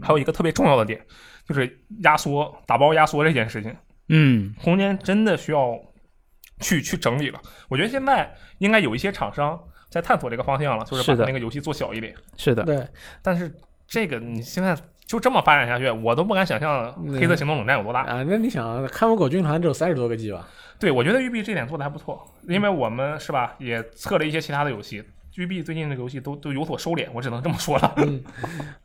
Speaker 3: 还有一个特别重要的点，就是压缩、打包压缩这件事情。
Speaker 2: 嗯，
Speaker 3: 空间真的需要去去整理了。我觉得现在应该有一些厂商在探索这个方向了，就是
Speaker 2: 是
Speaker 3: 把
Speaker 2: 的
Speaker 3: 那个游戏做小一点。
Speaker 2: 是的，
Speaker 1: 对，
Speaker 3: 但是这个你现在就这么发展下去，我都不敢想象
Speaker 1: 嗯
Speaker 3: 《黑色行动冷战》有多大。
Speaker 1: 啊，那你想，看门狗军团只有三十多个 G 吧？
Speaker 3: 对，我觉得育碧这点做的还不错，因为我们是吧也测了一些其他的游戏，育碧最近的游戏都都有所收敛，我只能这么说了。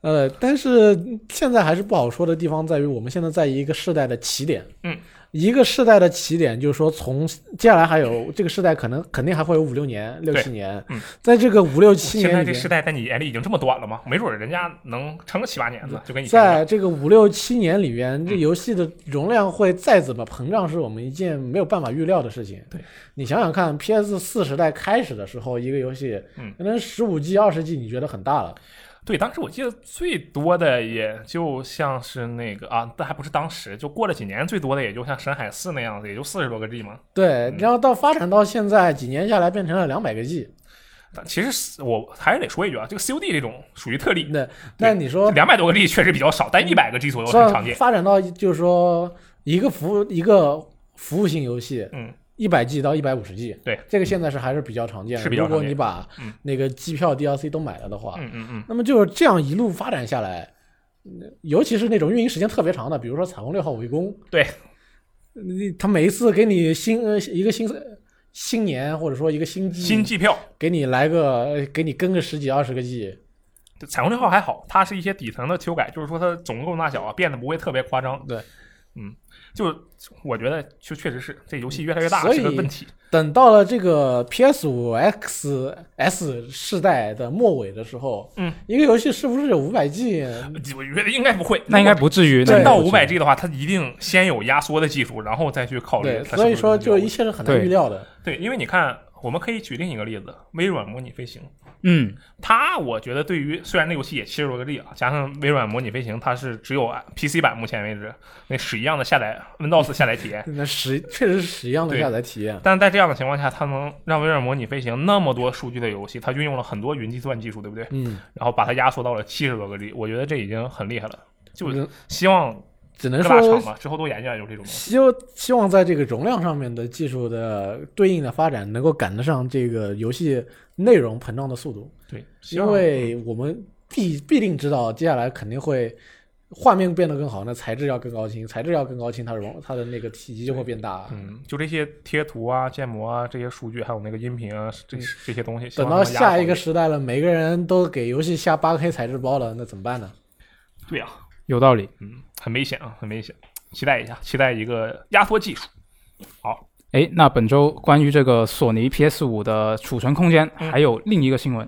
Speaker 1: 呃，但是现在还是不好说的地方在于，我们现在在一个世代的起点。
Speaker 3: 嗯，
Speaker 1: 一个世代的起点，就是说从接下来还有这个世代，可能肯定还会有五六年、六
Speaker 3: 对
Speaker 1: 七年。
Speaker 3: 嗯
Speaker 1: 在这个五六七
Speaker 3: 现在
Speaker 1: 年里
Speaker 3: 这时
Speaker 1: 面，
Speaker 3: 代在你眼里已经这么短了吗？没准人家能撑个七八年呢，就跟你
Speaker 1: 在这个五六七年里面，这
Speaker 3: 嗯
Speaker 1: 游戏的容量会再怎么膨胀，是我们一件没有办法预料的事情。
Speaker 3: 对，
Speaker 1: 你想想看，PS 四时代开始的时候，一个游戏
Speaker 3: 嗯
Speaker 1: 可能十五 G、二十 G，你觉得很大了。
Speaker 3: 对，当时我记得最多的也就像是那个啊，但还不是当时，就过了几年，最多的也就像深海四那样子，也就四十多个 G 嘛。
Speaker 1: 对
Speaker 3: 嗯，
Speaker 1: 然后到发展到现在，几年下来变成了两百个 G。
Speaker 3: 但其实我还是得说一句啊，这个 COD 这种属于特例，
Speaker 1: 那那
Speaker 3: 对
Speaker 1: 你说
Speaker 3: 两百多个 G 确实比较少，但一百个 G 左右
Speaker 1: 说
Speaker 3: 很常见。
Speaker 1: 发展到就是说一个服务一个服务性游戏，
Speaker 3: 嗯，
Speaker 1: 一百 G 到一百五十 G，
Speaker 3: 对，
Speaker 1: 这个现在是还是比较常见的。
Speaker 3: 是比较常见
Speaker 1: 如果你把
Speaker 3: 嗯
Speaker 1: 那个机票 DLC 都买了的话，
Speaker 3: 嗯嗯嗯，
Speaker 1: 那么就是这样一路发展下来，嗯尤其是那种运营时间特别长的，比如说彩虹六号围攻，
Speaker 3: 对，
Speaker 1: 你他每一次给你新呃一个新新年或者说一个新季，
Speaker 3: 新机票。
Speaker 1: 给你来个呃给你跟个十几二十个 G，
Speaker 3: 对彩虹六号还好，它是一些底层的修改，就是说它总共大小啊变得不会特别夸张。
Speaker 1: 对，
Speaker 3: 就我觉得就确实是这游戏越来越大
Speaker 1: 所以
Speaker 3: 是个问题。
Speaker 1: 等到了这个 PS 五 X S 世代的末尾的时候，
Speaker 3: 嗯，
Speaker 1: 一个游戏是不是有五百 G？
Speaker 3: 我觉得应该不会，
Speaker 2: 那应该不至于。那
Speaker 3: 真
Speaker 2: 应该
Speaker 3: 到
Speaker 2: 不至于
Speaker 3: 五百 G 的话，它一定先有压缩的技术，然后再去考虑
Speaker 1: 对，
Speaker 3: 它是不是能用。
Speaker 1: 所以说就一切是很难
Speaker 2: 对
Speaker 1: 预料的。
Speaker 3: 对，因为你看，我们可以举另一个例子，微软模拟飞行。
Speaker 2: 嗯，
Speaker 3: 它我觉得对于虽然那游戏也七十多个 G 啊，加上微软模拟飞行，它是只有 PC 版目前为止那屎一样的下载 Windows 下载体验。
Speaker 1: 那实确实是实一样的
Speaker 3: 对
Speaker 1: 下载体验，
Speaker 3: 但是在这样的情况下，它能让微软模拟飞行那么多数据的游戏，它运用了很多云计算技术，对不对？
Speaker 1: 嗯，
Speaker 3: 然后把它压缩到了七十多个 G，我觉得这已经很厉害了。就
Speaker 1: 嗯
Speaker 3: 希望
Speaker 1: 只能
Speaker 3: 各大厂
Speaker 1: 说
Speaker 3: 吧之后都研究研究这种东西。
Speaker 1: 希望希望在这个容量上面的技术的对应的发展，能够赶得上这个游戏内容膨胀的速度，
Speaker 3: 对，希
Speaker 1: 因
Speaker 3: 望
Speaker 1: 为我们必必定知道接下来肯定会。画面变得更好，那材质要更高清，材质要更高清，它容它的那个体积就会变大。
Speaker 3: 嗯，就这些贴图啊、建模啊这些数据，还有那个音频啊，这这些东西，希
Speaker 1: 嗯等
Speaker 3: 望
Speaker 1: 到
Speaker 3: 它能压
Speaker 1: 下一
Speaker 3: 好
Speaker 1: 个时代了，每个人都给游戏下八 K 材质包了，那怎么 办呢？
Speaker 3: 对啊，
Speaker 2: 有道理。
Speaker 3: 嗯，很危险啊，很危险，期待一下，期待一个压缩技术。
Speaker 2: 哎，那本周关于这个索尼 PS 五的储存空间，
Speaker 3: 嗯
Speaker 2: 还有另一个新闻，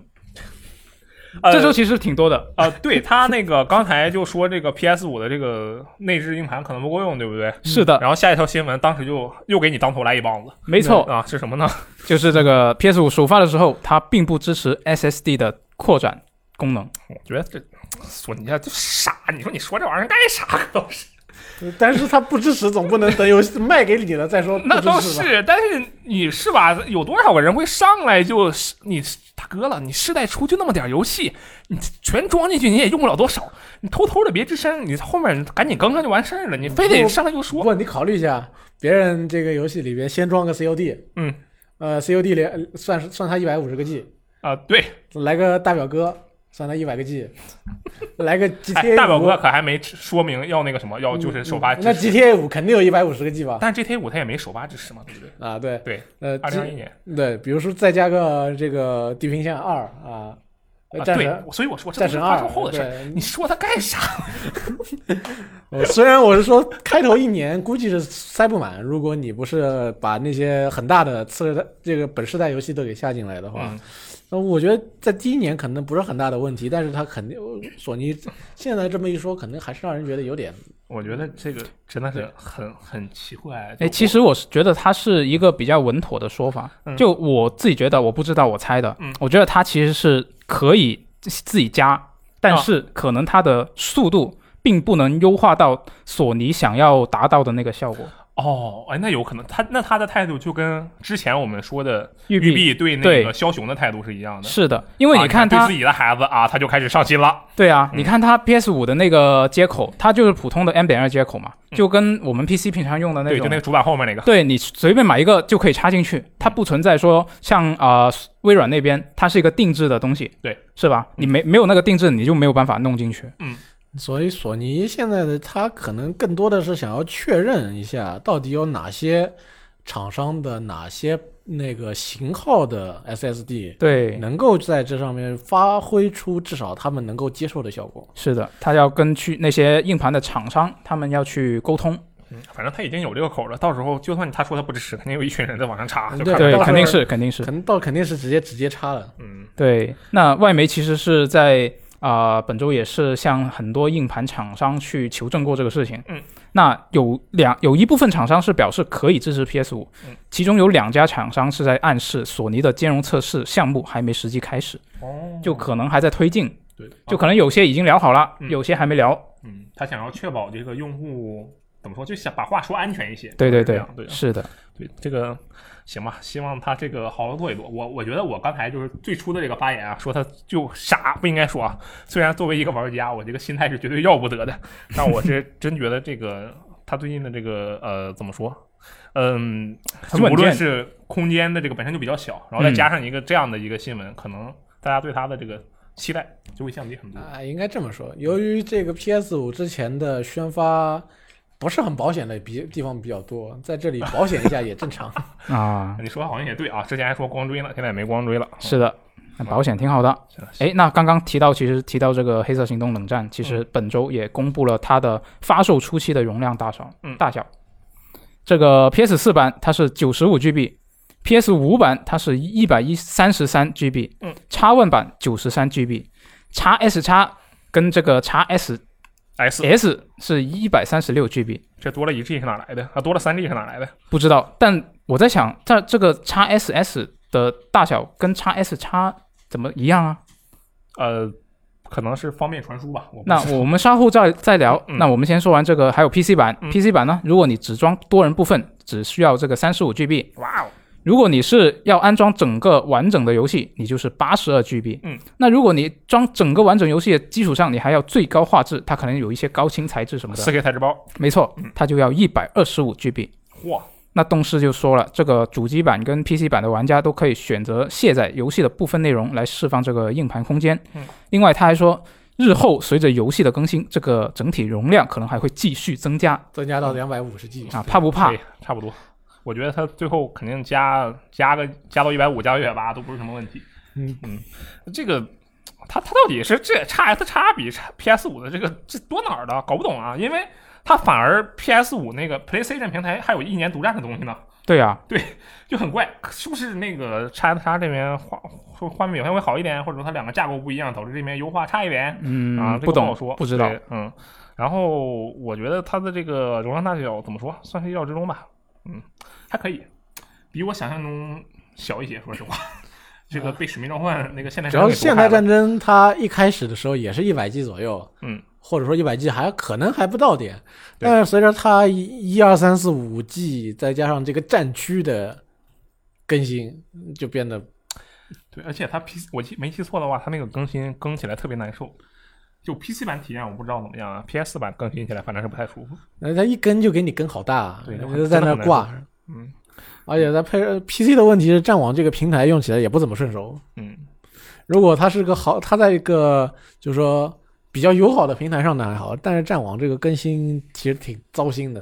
Speaker 3: 呃
Speaker 2: 这周其实挺多的。
Speaker 3: 啊、对他那个刚才就说这个 PS 五的这个内置硬盘可能不够用，对不对？
Speaker 2: 是的，
Speaker 3: 然后下一条新闻，当时就又给你当头来一棒子
Speaker 2: 没错，
Speaker 3: 啊，是什么呢？
Speaker 2: 就是这个 PS 五首发的时候，它并不支持 SSD 的扩展功能。
Speaker 3: 我觉得这索尼啊就傻，你说你说这玩意儿干啥？都是
Speaker 1: 但是它不支持，总不能等游戏卖给你了再说不
Speaker 3: 那倒
Speaker 1: 支持吧？
Speaker 3: 是，但是你是吧？有多少个人会上来就是你大哥了？你世代出就那么点儿游戏，你全装进去你也用不了多少，你偷偷的别吱声，你后面赶紧更上就完事儿了，你非得上来就
Speaker 1: 不
Speaker 3: 说。
Speaker 1: 过你考虑一下，别人这个游戏里边先装个 COD，
Speaker 3: 嗯，
Speaker 1: 呃，COD 连算是算它一百五十个 G，
Speaker 3: 啊、对，
Speaker 1: 来个大表哥算它一百个 G，来个 GTA
Speaker 3: 哎，大表哥
Speaker 1: 5
Speaker 3: 可还没说明要那个什么，要就是首发
Speaker 1: 嗯那
Speaker 3: 支持，
Speaker 1: GTA 五肯定有一百五十个 G 吧？
Speaker 3: 但 GTA 五它也没首发支持嘛，对不对？
Speaker 1: 啊，对
Speaker 3: 对，
Speaker 1: 呃，
Speaker 3: 二零二一
Speaker 1: 这
Speaker 3: 年
Speaker 1: 对，比如说再加个这个《地平线二》啊，呃
Speaker 3: 啊，
Speaker 1: 战
Speaker 3: 对
Speaker 1: 神，
Speaker 3: 所以我说这
Speaker 1: 战
Speaker 3: 都是
Speaker 1: 神
Speaker 3: 发
Speaker 1: 二
Speaker 3: 售后的事儿。
Speaker 1: 对
Speaker 3: 你说它干啥？
Speaker 1: 我虽然我是说开头一年估计是塞不满，如果你不是把那些很大的次世代这个本世代游戏都给下进来的话，
Speaker 3: 嗯
Speaker 1: 那我觉得在第一年可能不是很大的问题，但是它肯定呃索尼现在这么一说，可能还是让人觉得有点
Speaker 3: 我觉得这个真的是很很奇怪。
Speaker 2: 哎，其
Speaker 3: 实。
Speaker 2: 实我是觉得它是一个比较稳妥的说法。
Speaker 3: 嗯
Speaker 2: 就我自己觉得，我不知道，我猜的。
Speaker 3: 嗯
Speaker 2: 我觉得它其实是可以自己加，
Speaker 3: 啊
Speaker 2: 但是可能它的速度并不能优化到索尼想要达到的那个效果。
Speaker 3: 哦，哎，那有可能，他那他的态度就跟之前我们说的
Speaker 2: 育
Speaker 3: 玉
Speaker 2: 碧
Speaker 3: 碧对那
Speaker 2: 对
Speaker 3: 个枭雄的态度是一样的。
Speaker 2: 是的，因为
Speaker 3: 啊
Speaker 2: 你
Speaker 3: 你
Speaker 2: 看
Speaker 3: 对
Speaker 2: 它
Speaker 3: 自，己的孩子啊，他就开始上心了。
Speaker 2: 对啊，
Speaker 3: 嗯
Speaker 2: 你看它 PS 五的那个接口，它就是普通的 M 点二接口嘛，
Speaker 3: 嗯
Speaker 2: 就跟我们 PC 平常用的那
Speaker 3: 对，就
Speaker 2: 种
Speaker 3: 那个主板后面那个。
Speaker 2: 对你随便买一个就可以插进去，它不存在说像啊、呃微软那边它是一个定制的东西，
Speaker 3: 对，
Speaker 2: 是吧？你没没有那个定制，你就没有办法弄进去。
Speaker 1: 所以索尼现在的它可能更多的是想要确认一下，到底有哪些厂商的哪些那个型号的 SSD
Speaker 2: 对，
Speaker 1: 能够在这上面发挥出至少他们能够接受的效果。
Speaker 2: 是的，它要跟去那些硬盘的厂商，他们要去沟通。
Speaker 3: 嗯反正他已经有这个口了，到时候就算他说他不支持，肯定有一群人在往上插。就
Speaker 1: 对
Speaker 3: 看
Speaker 1: 到时
Speaker 2: 对，
Speaker 1: 候
Speaker 2: 肯定是肯定是
Speaker 1: 可能到肯定是直接直接插了。
Speaker 3: 嗯，
Speaker 2: 对。那外媒其实是在啊、呃本周也是向很多硬盘厂商去求证过这个事情。
Speaker 3: 嗯，
Speaker 2: 那有两有一部分厂商是表示可以支持 PS 五、
Speaker 3: 嗯
Speaker 2: 其中有两家厂商是在暗示索尼的兼容测试项目还没实际开始，
Speaker 3: 哦
Speaker 2: 就可能还在推进，
Speaker 1: 对，
Speaker 2: 就可能有些已经聊好了，
Speaker 3: 嗯
Speaker 2: 有些还没聊。
Speaker 3: 嗯，他想要确保这个用户怎么说，就想把话说安全一些。
Speaker 2: 对对
Speaker 3: 是这
Speaker 2: 对
Speaker 3: 样，对啊
Speaker 2: 是的，
Speaker 3: 对这个行吧，希望他这个好好做一做。我我觉得我刚才就是最初的这个发言啊，说他就傻不应该说啊。虽然作为一个玩家，我这个心态是绝对要不得的，但我是 真觉得这个他最近的这个呃怎么说？嗯，
Speaker 2: 很
Speaker 3: 就
Speaker 2: 稳
Speaker 3: 无论
Speaker 2: 健。
Speaker 3: 是空间的这个本身就比较小，然后再
Speaker 2: 嗯
Speaker 3: 加上一个这样的一个新闻，可能大家对他的这个期待就会降低很
Speaker 2: 嗯
Speaker 3: 多。
Speaker 1: 啊，应该这么说。由于这个 PS 五之前的宣发不是很保险的比地方比较多，在这里保险一下也正常。
Speaker 2: 啊，哎
Speaker 3: 你说的好像也对啊，之前还说光追呢，现在也没光追了。嗯
Speaker 2: 是的。那保险挺好的。
Speaker 3: 行了
Speaker 2: 哎，那刚刚提到，其实提到这个《黑色行动：冷战》，其
Speaker 3: 嗯
Speaker 2: 实本周也公布了它的发售初期的容量大小，
Speaker 3: 嗯
Speaker 2: 大小。这个 PS 四版它是九十五 GB，PS 五版它是一百一三十三 GB，
Speaker 3: 嗯
Speaker 2: ，X One 版九十三 GB，X S 叉跟这个 X S 哎
Speaker 3: S
Speaker 2: S 是一百三十六 GB，
Speaker 3: 这多了一 G 是哪来的？啊，多了三 G 是哪来的？
Speaker 2: 不知道，但我在想，这这个 X S S 的大小跟 X S 叉怎么一样啊？
Speaker 3: 呃，可能是方便传输吧。我不
Speaker 2: 那
Speaker 3: 知道
Speaker 2: 我们稍后再再聊。
Speaker 3: 嗯
Speaker 2: 那我们先说完这个，还有 PC 版、
Speaker 3: 嗯
Speaker 2: p c 版呢，如果你只装多人部分，只需要这个三十五 GB；
Speaker 3: 哇哦，
Speaker 2: 如果你是要安装整个完整的游戏，你就是八十二 GB。
Speaker 3: 嗯，
Speaker 2: 那如果你装整个完整游戏的基础上，你还要最高画质，它可能有一些高清材质什么的
Speaker 3: 四。K 材质包，
Speaker 2: 没错，它就要一百二十五 GB。
Speaker 3: 嚯，
Speaker 2: 那动视就说了，这个主机版跟 PC 版的玩家都可以选择卸载游戏的部分内容来释放这个硬盘空间。
Speaker 3: 嗯，
Speaker 2: 另外他还说，日后随着游戏的更新，这个整体容量可能还会继续增加
Speaker 1: 增加到两百五十 G
Speaker 2: 啊，怕不 怕
Speaker 3: 对？，哎差不多。我觉得它最后肯定加加个加到一百五，加到一百八都不是什么问题。
Speaker 1: 嗯
Speaker 3: 嗯，这个它它到底是这叉 S 叉比叉 PS 五的这个这多哪儿的搞不懂啊？因为它反而 PS 五那个 PlayStation 平台还有一年独占的东西呢，
Speaker 2: 对啊，
Speaker 3: 就很怪，是不是那个叉 S 叉这边画画画面表现会好一点，或者说它两个架构不一样，导致这边优化差一点？
Speaker 2: 嗯，
Speaker 3: 啊，这
Speaker 2: 不
Speaker 3: 个
Speaker 2: 懂，
Speaker 3: 好说，
Speaker 2: 不知道
Speaker 3: 对，嗯。然后我觉得它的这个容量大小怎么说，算是意料之中吧，嗯，还可以，比我想象中小一些。说实话， 这个被《使命召唤》那个现代
Speaker 1: 只
Speaker 3: 战争
Speaker 1: 要
Speaker 3: 给
Speaker 1: 是现
Speaker 3: 毒害
Speaker 1: 代
Speaker 3: 了
Speaker 1: 战争，它一开始的时候也是一百 G 左右，
Speaker 3: 嗯，
Speaker 1: 或者说一百 G 还可能还不到点，
Speaker 3: 对
Speaker 1: 但是随着它一一二三四五 G 再加上这个战区的更新，就变得
Speaker 3: 对，而且它 PC 我记没记错的话，它那个更新更起来特别难受。就 PC 版体验我不知道怎么样啊，PS 版更新起来反正是不太舒服。
Speaker 1: 那它一根就给你根好大，
Speaker 3: 对
Speaker 1: 你
Speaker 3: 很
Speaker 1: 就在那儿挂。
Speaker 3: 嗯
Speaker 1: 而且它配 PC 的问题是，战网这个平台用起来也不怎么顺手。
Speaker 3: 嗯，
Speaker 1: 如果它是个好，它在一个就是说比较友好的平台上呢还好，但是战网这个更新其实挺糟心的。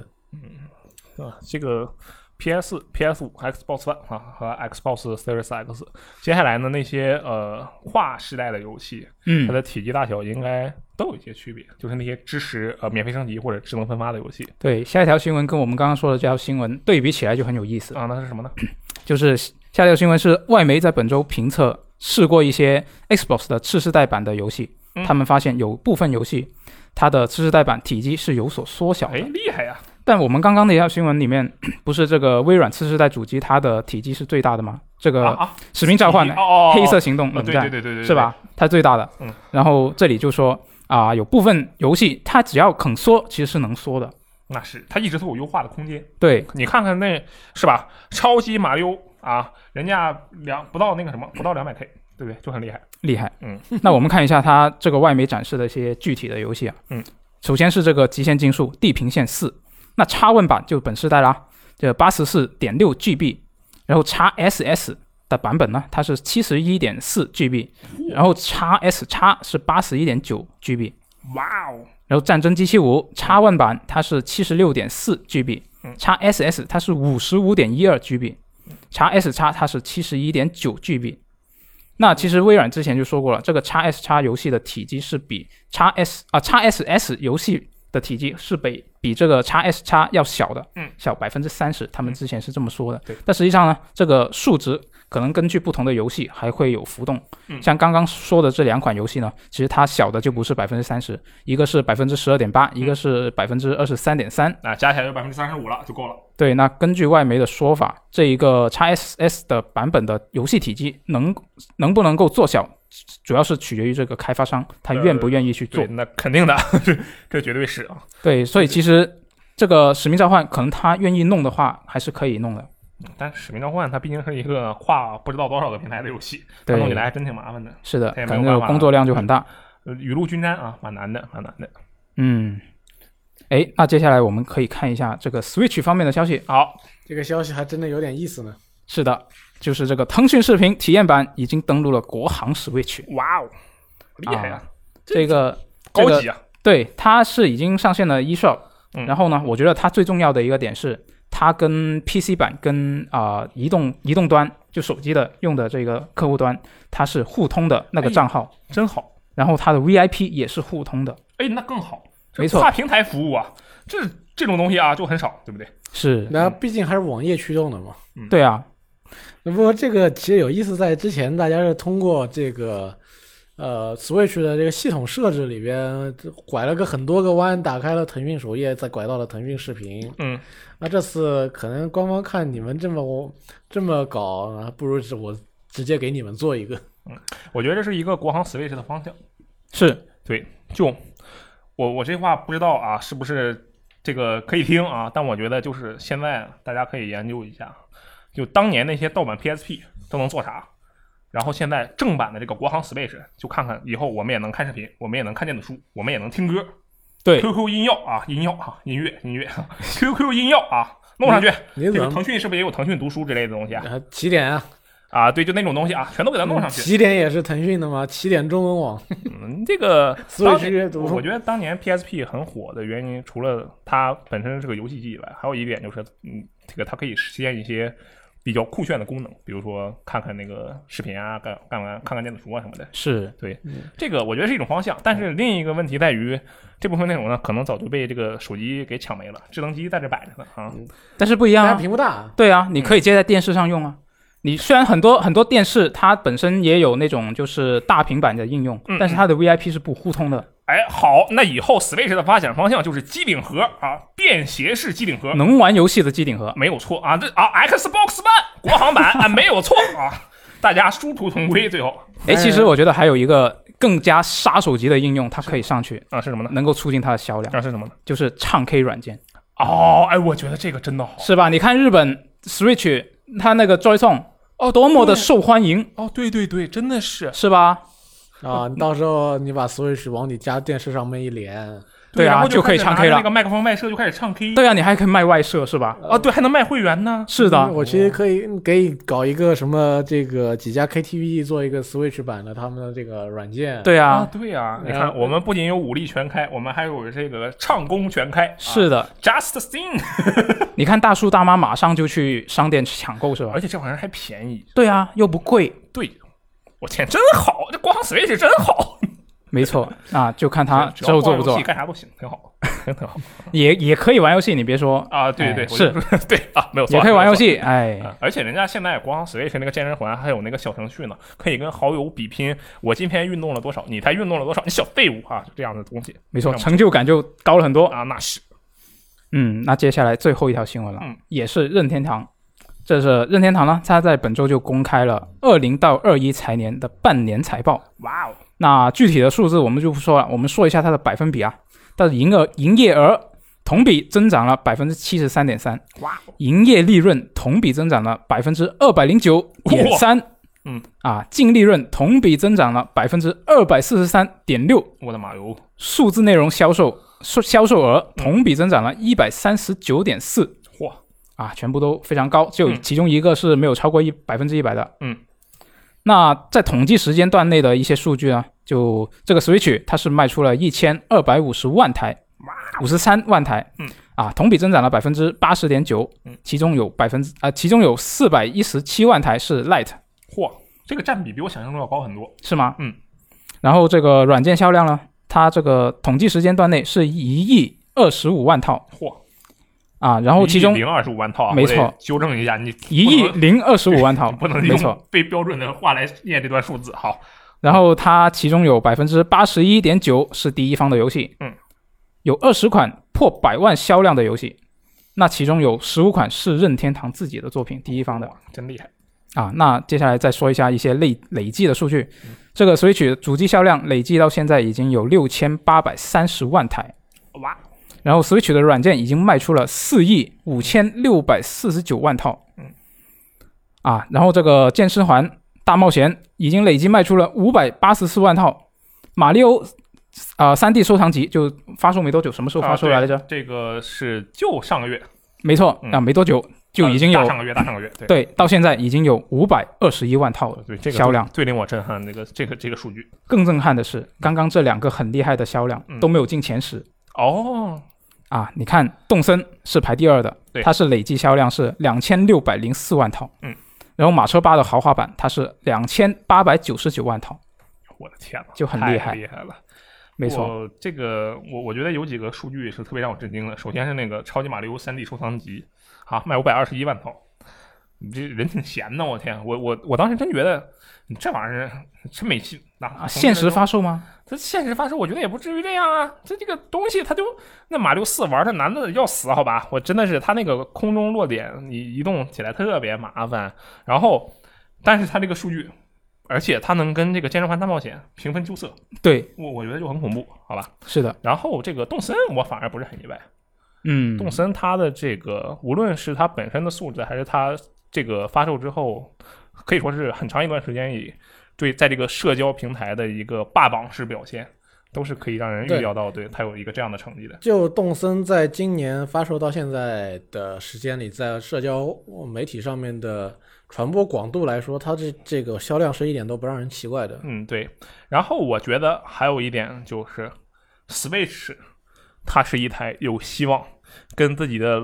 Speaker 3: 啊，这个 PS、PS 五、Xbox One 啊和 Xbox Series X，接下来呢那些呃跨时代的游戏，它
Speaker 2: 嗯，
Speaker 3: 的体积大小应该都有一些区别，就是那些支持呃免费升级或者智能分发的游戏
Speaker 2: 对。下一条新闻跟我们刚刚说的这条新闻对比起来就很有意思，
Speaker 3: 啊，那是什么呢？
Speaker 2: 就是下一条新闻是外媒在本周评测试过一些 Xbox 的次世代版的游戏，
Speaker 3: 嗯
Speaker 2: 他们发现有部分游戏它的次世代版体积是有所缩小
Speaker 3: 哎，
Speaker 2: 的。
Speaker 3: 厉害呀！
Speaker 2: 但我们刚刚那条新闻里面， 不是这个微软次世代主机它的体积是最大的吗？这
Speaker 3: 啊
Speaker 2: 个《
Speaker 3: 啊，
Speaker 2: 使命召唤》
Speaker 3: 哦哦，哦
Speaker 2: 黑色行动
Speaker 3: 啊，
Speaker 2: 冷
Speaker 3: 对对
Speaker 2: 战
Speaker 3: 对对对，对
Speaker 2: 是？吧？它最大的
Speaker 3: 嗯。
Speaker 2: 然后这里就说啊、有部分游戏它只要肯缩，其实是能缩的。
Speaker 3: 那是，它一直都有优化的空间。
Speaker 2: 对，
Speaker 3: 你看看那是吧？超级马里奥啊，人家两不到那个什么，不到两百 K，对不对？就很厉害。
Speaker 2: 厉害。
Speaker 3: 嗯，
Speaker 2: 那我们看一下它这个外媒展示的一些具体的游戏啊。
Speaker 3: 嗯，
Speaker 2: 首先是这个《极限竞速：地平线四》，那叉 Win 版就本世代啦，这八十四点六 GB，然后叉 SS 的版本呢，它是七十一点四 GB，然后叉 S 叉是八十一点九 GB，
Speaker 3: 哇哦，
Speaker 2: 然后《战争机器五》叉 One 版它是七十六点四 GB，
Speaker 3: 嗯
Speaker 2: 叉 SS 它是五十五点一二 GB，叉 S 叉它是七十一点九 GB。那其实微软之前就说过了，这个叉 S 叉游戏的体积是比叉 S 啊叉 SS 游戏的体积是比比这个叉 S 叉要小的，
Speaker 3: 嗯
Speaker 2: 小百分之三十，他们之前是这么说的。
Speaker 3: 对
Speaker 2: 但实际上呢，这个数值可能根据不同的游戏还会有浮动。
Speaker 3: 嗯
Speaker 2: 像刚刚说的这两款游戏呢，其实它小的就不是百分之三十，一个是百分之十二点八，
Speaker 3: 嗯
Speaker 2: 一个是百分之二十三点三。
Speaker 3: 那加起来就百分之三十五了，就够了。
Speaker 2: 对，那根据外媒的说法，这一个 x SS 的版本的游戏体积能能不能够做小，主要是取决于这个开发商他愿不愿意去做。
Speaker 3: 呃对，那肯定的，这这绝对是啊。
Speaker 2: 对，所以其实这个《使命召唤》可能他愿意弄的话，还是可以弄的。
Speaker 3: 但《使命召唤》它毕竟是一个跨不知道多少个平台的游戏，它
Speaker 2: 对，
Speaker 3: 弄起来还真挺麻烦的，
Speaker 2: 是的，
Speaker 3: 他也
Speaker 2: 可
Speaker 3: 没有
Speaker 2: 能这个
Speaker 3: 办法
Speaker 2: 工作量就很大。
Speaker 3: 呃雨露均沾啊，蛮难的，蛮难的。
Speaker 2: 嗯，哎，那接下来我们可以看一下这个 Switch 方面的消息。
Speaker 3: 好，
Speaker 1: 这个消息还真的有点意思呢。
Speaker 2: 是的，就是这个腾讯视频体验版已经登陆了国行 Switch，
Speaker 3: 哇哦，厉害呀，
Speaker 2: 这个这
Speaker 3: 高
Speaker 2: 个
Speaker 3: 级啊！
Speaker 2: 对，它是已经上线了 eShop。
Speaker 3: 嗯
Speaker 2: 然后呢，我觉得它最重要的一个点是，它跟 PC 版跟啊、移动移动端就手机的用的这个客户端，它是互通的那个账号，
Speaker 3: 真好。
Speaker 2: 然后它的 VIP 也是互通的，
Speaker 3: 哎，那更好，这
Speaker 2: 没错
Speaker 3: 跨平台服务啊，这这种东西啊就很少，对不对？
Speaker 2: 是，
Speaker 1: 那毕竟还是网页驱动的嘛。
Speaker 2: 对啊，
Speaker 1: 那不过这个其实有意思，在之前大家是通过这个呃 Switch 的这个系统设置里边拐了个很多个弯，打开了腾讯首页，再拐到了腾讯视频。
Speaker 3: 嗯，
Speaker 1: 那这次可能官方看你们这么这么搞，啊不如是我直接给你们做一个。
Speaker 3: 我觉得这是一个国行 Switch 的方向。
Speaker 2: 是
Speaker 3: 就我我这话不知道啊，是不是这个可以听啊？但我觉得就是现在大家可以研究一下，就当年那些盗版 PSP 都能做啥，然后现在正版的这个国行 Switch 就看看以后我们也能看视频，我们也能看电子书，我们也能听歌。
Speaker 2: 对
Speaker 3: QQ 音药啊，音药啊，音乐音乐，QQ 音药啊，弄上去。
Speaker 1: 你
Speaker 3: 这
Speaker 1: 怎
Speaker 3: 个
Speaker 1: 么
Speaker 3: 腾讯是不是也有腾讯读书之类的东西啊？
Speaker 1: 啊起点啊？
Speaker 3: 啊，对，就那种东西啊，全都给它弄上去。
Speaker 1: 起点也是腾讯的吗？起点中文网
Speaker 3: 嗯，这个当
Speaker 1: ，Switch 阅读
Speaker 3: 我觉得当年 PSP 很火的原因，除了它本身是个游戏机以外，还有一点就是，嗯，这个它可以实现一些比较酷炫的功能，比如说看看那个视频啊，干干完看看电子书啊什么的。
Speaker 2: 是，
Speaker 3: 这个我觉得是一种方向，但是另一个问题在于，这部分内容呢，可能早就被这个手机给抢没了，智能机在这摆着呢啊。
Speaker 2: 但是不一样
Speaker 1: 大家
Speaker 2: 啊，
Speaker 1: 屏幕大，
Speaker 2: 对啊，你可以接在电视上用啊。你虽然很多很多电视它本身也有那种就是大平板的应用，
Speaker 3: 嗯
Speaker 2: 但是它的 VIP 是不互通的，
Speaker 3: 哎，好，那以后 Switch 的发展方向就是机顶盒啊，便携式机顶盒，
Speaker 2: 能玩游戏的机顶盒。
Speaker 3: 没有错啊，这啊 Xbox One 国行版啊没有错啊，大家殊途同归，最后
Speaker 2: 哎，
Speaker 1: 哎
Speaker 2: 其实我觉得还有一个更加杀手级的应用，它可以上去，
Speaker 3: 啊是什么呢？
Speaker 2: 能够促进它的销量，
Speaker 3: 啊是什么呢？
Speaker 2: 就是唱 K 软件，
Speaker 3: 哦，哎，我觉得这个真的好
Speaker 2: 是吧？你看日本 Switch 它那个 Joy-Con 哦，多么的受欢迎，
Speaker 3: 哦，对对对，真的是
Speaker 2: 是吧？
Speaker 1: 啊！你到时候你把 Switch 往你家电视上面一连，
Speaker 2: 对啊
Speaker 3: 然后
Speaker 2: 就可以
Speaker 3: 开始
Speaker 2: 唱
Speaker 3: 拿
Speaker 2: K
Speaker 3: 着
Speaker 2: 了
Speaker 3: 那个麦克风外设就开始唱 K，
Speaker 2: 对啊，你还可以卖外设，是吧？
Speaker 3: 啊，对，还能卖会员呢，
Speaker 2: 是的，
Speaker 1: 我其实可以给你搞一个什么这个几家 KTV 做一个 Switch 版的他们的这个软件。，
Speaker 2: 对
Speaker 3: 啊，
Speaker 2: 啊，
Speaker 3: 对呀，你
Speaker 1: 然
Speaker 3: 看
Speaker 1: 后
Speaker 3: 我们不仅有武力全开，我们还有这个唱功全开，啊
Speaker 2: 是的。
Speaker 3: Just Sing，
Speaker 2: 你看大叔大妈马上就去商店去抢购，是吧
Speaker 3: 而？且这玩意儿还便宜，
Speaker 2: 对啊，又不贵，
Speaker 3: 对，我天，真好，这光 Switch 真好，
Speaker 2: 没错啊，就 看他
Speaker 3: 只
Speaker 2: 之
Speaker 3: 要
Speaker 2: 后做
Speaker 3: 逛
Speaker 2: 不
Speaker 3: 游
Speaker 2: 做
Speaker 3: 戏，干啥都行，挺好，挺好
Speaker 2: 也也可以玩游戏，你别说，
Speaker 3: 啊，对对
Speaker 2: 哎是
Speaker 3: 对啊，没有错，
Speaker 2: 也可以玩
Speaker 3: 没
Speaker 2: 游
Speaker 3: 有错
Speaker 2: 戏，哎，
Speaker 3: 啊而且人家现在光 Switch 那个健身环还有那个小程序呢，可以跟好友比拼，我今天运动了多少，你才运动了多少，你小废物啊，就这样的东西
Speaker 2: 没错，
Speaker 3: 那么
Speaker 2: 成就感就高了很多。
Speaker 3: 啊，那是
Speaker 2: 嗯，那接下来最后一条新闻了，
Speaker 3: 嗯
Speaker 2: 也是任天堂，这是任天堂呢，它在本周就公开了二零到二一财年的半年财报。
Speaker 3: 哇哦，
Speaker 2: 那具体的数字我们就不说了，我们说一下它的百分比啊，它的营额营业额同比增长了百分之七十三点三，
Speaker 3: 哇哦，
Speaker 2: 营业利润同比增长了百分之二百零九点三，
Speaker 3: 嗯
Speaker 2: 啊，净利润同比增长了百分之二百四十三点六，
Speaker 3: 我的妈哟，
Speaker 2: 数字内容销售售销售额同比增长了一百三十九点四
Speaker 3: 嗯嚯，
Speaker 2: 啊，全部都非常高，就
Speaker 3: 嗯
Speaker 2: 其中一个是没有超过一百分之一百的，
Speaker 3: 嗯。
Speaker 2: 那在统计时间段内的一些数据呢，就这个 Switch 它是卖出了一千二百五十万台，五十三万台，
Speaker 3: 嗯，
Speaker 2: 啊，同比增长了百分之八十点九
Speaker 3: 嗯，
Speaker 2: 其中有百分之啊，其中有四百一十七万台是 Lite，
Speaker 3: 嚯，这个占比比我想象中要高很多，
Speaker 2: 是吗？
Speaker 3: 嗯。
Speaker 2: 然后这个软件销量呢，它这个统计时间段内是一亿二十五万套
Speaker 3: 嚯，
Speaker 2: 啊，然后其中
Speaker 3: 零二十五万套啊，
Speaker 2: 没错
Speaker 3: 我得纠正一下，你
Speaker 2: 一亿零二十五万套，
Speaker 3: 不能
Speaker 2: 没错。
Speaker 3: 用非标准的话来念这段数字，好，
Speaker 2: 然后它其中有百分之八十一点九是第一方的游戏，
Speaker 3: 嗯，
Speaker 2: 有二十款破百万销量的游戏，那其中有十五款是任天堂自己的作品，第一方的。
Speaker 3: 哇真厉害，
Speaker 2: 啊，那接下来再说一下一些累累计的数据。
Speaker 3: 嗯
Speaker 2: 这个 Switch 主机销量累计到现在已经有六千八百三十万台，
Speaker 3: 哇，
Speaker 2: 然后 Switch 的软件已经卖出了四亿五千六百四十九万套
Speaker 3: 嗯。
Speaker 2: 啊，然后这个健身环大冒险已经累计卖出了五百八十四万套，马里奥啊三 D 收藏集就发售没多久，什么时候发售来着？
Speaker 3: 啊对这个是就上个月
Speaker 2: 没错
Speaker 3: 嗯
Speaker 2: 啊，没多久就已经
Speaker 3: 呃
Speaker 2: 有
Speaker 3: 大上个月，大上个月，对
Speaker 2: 对，到现在已经有五百二十一万套了。
Speaker 3: 对，这个
Speaker 2: 销量
Speaker 3: 最令我震撼，这个这个这个数据
Speaker 2: 更震撼的是，刚刚这两个很厉害的销量
Speaker 3: 嗯
Speaker 2: 都没有进前十、
Speaker 3: 哦，
Speaker 2: 啊！你看，动森是排第二的
Speaker 3: 对，
Speaker 2: 它是累计销量是两千六百零四万套，
Speaker 3: 嗯，
Speaker 2: 然后马车八的豪华版它是两千八百九十九万套，
Speaker 3: 我的天呐，
Speaker 2: 就很
Speaker 3: 太
Speaker 2: 厉害
Speaker 3: 厉害了。
Speaker 2: 没错，
Speaker 3: 我这个我我觉得有几个数据是特别让我震惊的。首先是那个《超级马里奥 3D 收藏集》，啊，卖五百二十一万套，你这人挺闲的，我天！我我我当时真觉得你这玩意儿真没戏。那、
Speaker 2: 啊，限时发售吗？
Speaker 3: 这现实发生，我觉得也不至于这样啊。这这个东西，它就那马六四玩的难的要死，好吧？我真的是它那个空中落点，你移动起来特别麻烦。然后，但是它这个数据，而且它能跟这个《健身环大冒险》平分秋色，
Speaker 2: 对，
Speaker 3: 我我觉得就很恐怖，好吧？
Speaker 2: 是的，
Speaker 3: 然后这个动森，我反而不是很意外。
Speaker 2: 嗯，
Speaker 3: 动森它的这个，无论是它本身的素质，还是它这个发售之后，可以说是很长一段时间以对在这个社交平台的一个霸榜式表现，都是可以让人预
Speaker 1: 对
Speaker 3: 料到对它有一个这样的成绩的。
Speaker 1: 就动森在今年发售到现在的时间里，在社交媒体上面的传播广度来说，它这这个销量是一点都不让人奇怪的。
Speaker 3: 嗯，对。然后我觉得还有一点就是，Switch 它是一台有希望跟自己的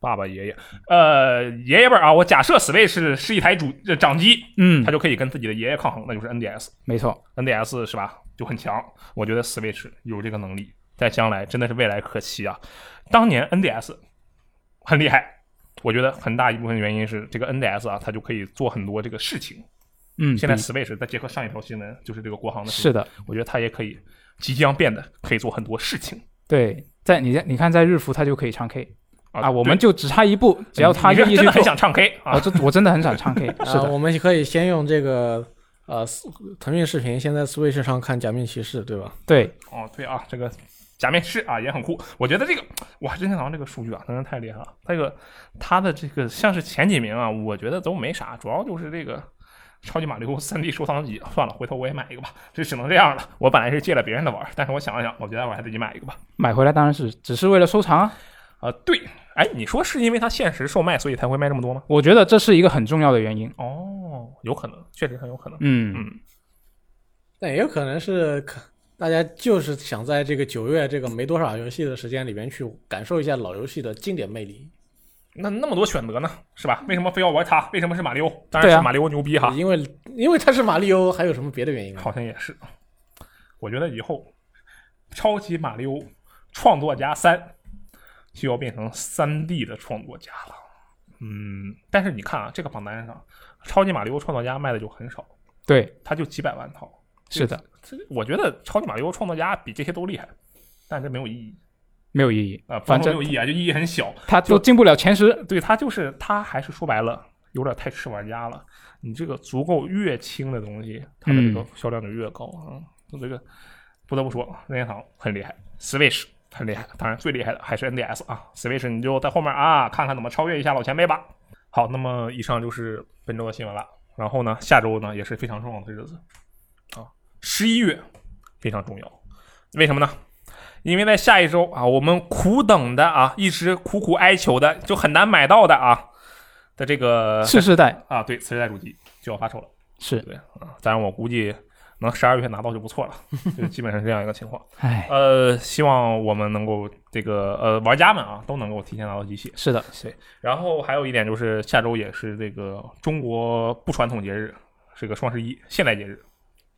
Speaker 3: 爸爸、爷爷、呃爷爷辈儿啊，我假设 Switch 是一台主呃掌机，
Speaker 2: 嗯
Speaker 3: 它，就可以跟自己的爷爷抗衡，那就是 NDS。
Speaker 2: 没错，
Speaker 3: NDS 是吧？就很强。我觉得 Switch 有这个能力，在将来真的是未来可期啊。当年 NDS 很厉害，我觉得很大一部分原因是这个 NDS 啊，它就可以做很多这个事情。
Speaker 2: 嗯，
Speaker 3: 现在
Speaker 2: 比
Speaker 3: Switch 再结合上一条新闻，就是这个国行的事
Speaker 2: 是
Speaker 3: 情，
Speaker 2: 的，
Speaker 3: 我觉得它也可以即将变得可以做很多事情
Speaker 2: 对，在你在你看在日服它就可以唱 K
Speaker 3: 啊
Speaker 2: 啊，我们
Speaker 3: 对嗯
Speaker 2: 就只差一步，只要他
Speaker 3: 你这
Speaker 2: 愿意
Speaker 3: 真
Speaker 2: 去
Speaker 3: 的很
Speaker 2: 做，
Speaker 3: 想唱 K
Speaker 2: 我
Speaker 3: 啊，
Speaker 2: 这我真的很 想唱 K，是
Speaker 1: 啊，
Speaker 2: 的，
Speaker 1: 我们可以先用这个呃腾讯视频，先在 Switch 上看《假面骑士》，对吧？
Speaker 2: 对，
Speaker 3: 哦，对啊，这个假面士啊也很酷。我觉得这个哇，任天堂这个数据啊，真的太厉害了。这个它的这个像是前几名啊，我觉得都没啥，主要就是这个。超级马里奥 3D 收藏集，算了，回头我也买一个吧，这只能这样了。我本来是借了别人的玩儿，但是我想了想，我觉得我还自己买一个吧。
Speaker 2: 买回来当然是只是为了收藏啊，
Speaker 3: 啊、对，哎，你说是因为它限时售卖，所以才会卖这么多吗？
Speaker 2: 我觉得这是一个很重要的原因，
Speaker 3: 哦，有可能，确实很有可能。
Speaker 2: 嗯，
Speaker 3: 嗯，
Speaker 1: 但也有可能是可大家就是想在这个九月这个没多少游戏的时间里边去感受一下老游戏的经典魅力，
Speaker 3: 那那么多选择呢，是吧？为什么非要玩它？为什么是马里奥？当
Speaker 2: 对
Speaker 3: 然
Speaker 2: 啊
Speaker 3: 是马里奥牛逼哈。
Speaker 1: 因为因为它是马里欧，还有什么别的原因吗？啊
Speaker 3: 好像也是。我觉得以后《超级马里奥创作家三》就要变成三 D 的创作家了。嗯，但是你看啊，这个榜单上，《超级马里奥创作家》卖的就很少，
Speaker 2: 对，
Speaker 3: 它就几百万套。
Speaker 2: 是的，
Speaker 3: 这我觉得《超级马里奥创作家》比这些都厉害，但这没有意义
Speaker 2: 没有意义
Speaker 3: 啊、呃，
Speaker 2: 反
Speaker 3: 不是
Speaker 2: 正
Speaker 3: 没有意义啊，就意义很小。
Speaker 2: 他都进不了前十，
Speaker 3: 对他就是他还是说白了，有点太吃玩家了。你这个足够越轻的东西，它的这个
Speaker 2: 嗯
Speaker 3: 销量就越高啊。就这个不得不说，任天堂很厉害，Switch 很厉害，当然最厉害的还是 NDS 啊。Switch 你就在后面啊，看看怎么超越一下老前辈吧。好，那么以上就是本周的新闻了。然后呢，下周呢也是非常重要的日子啊，十一月非常重要。为什么呢？因为在下一周啊，我们苦等的啊，一直苦苦哀求的，就很难买到的啊的这个
Speaker 2: 次世代
Speaker 3: 啊，对，次世代主机就要发售了。
Speaker 2: 呃 是，
Speaker 3: 啊当然，我估计能十二月拿到就不错了，就基本上是这样一个情况。
Speaker 2: 唉，
Speaker 3: 呃，希望我们能够这个呃玩家们啊都能够提前拿到机器。
Speaker 2: 是的，
Speaker 3: 然后还有一点就是，下周也是这个中国不传统节日，是个双十一现代节日。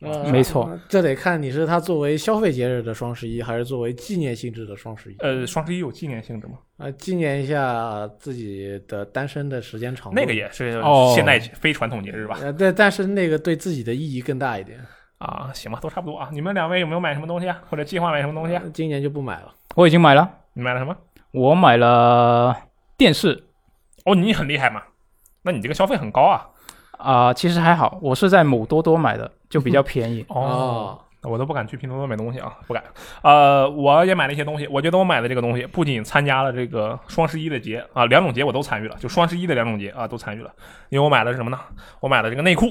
Speaker 1: 呃
Speaker 2: 没错，
Speaker 1: 这得看你是它作为消费节日的双十一，还是作为纪念性质的双十一。
Speaker 3: 呃，双十一有纪念性质吗？
Speaker 1: 啊，纪念一下自己的单身的时间长度。
Speaker 3: 那个也是
Speaker 2: 哦
Speaker 3: 现代非传统节日吧？
Speaker 1: 呃，对，但是那个对自己的意义更大一点。
Speaker 3: 啊，行吧，都差不多啊。你们两位有没有买什么东西啊？或者计划买什么东西啊？
Speaker 1: 呃今年就不买了。
Speaker 2: 我已经买了，
Speaker 3: 你买了什么？
Speaker 2: 我买了电视
Speaker 3: 哦，你很厉害嘛，那你这个消费很高啊。，
Speaker 2: 啊、其实还好，我是在某多多买的，就比较便宜
Speaker 1: 哦，
Speaker 3: 我都不敢去拼多多买东西啊，不敢。呃，我也买了一些东西，我觉得我买的这个东西不仅参加了这个双十一的节啊，两种节我都参与了，就双十一的两种节啊都参与了，因为我买的是什么呢？我买的这个内裤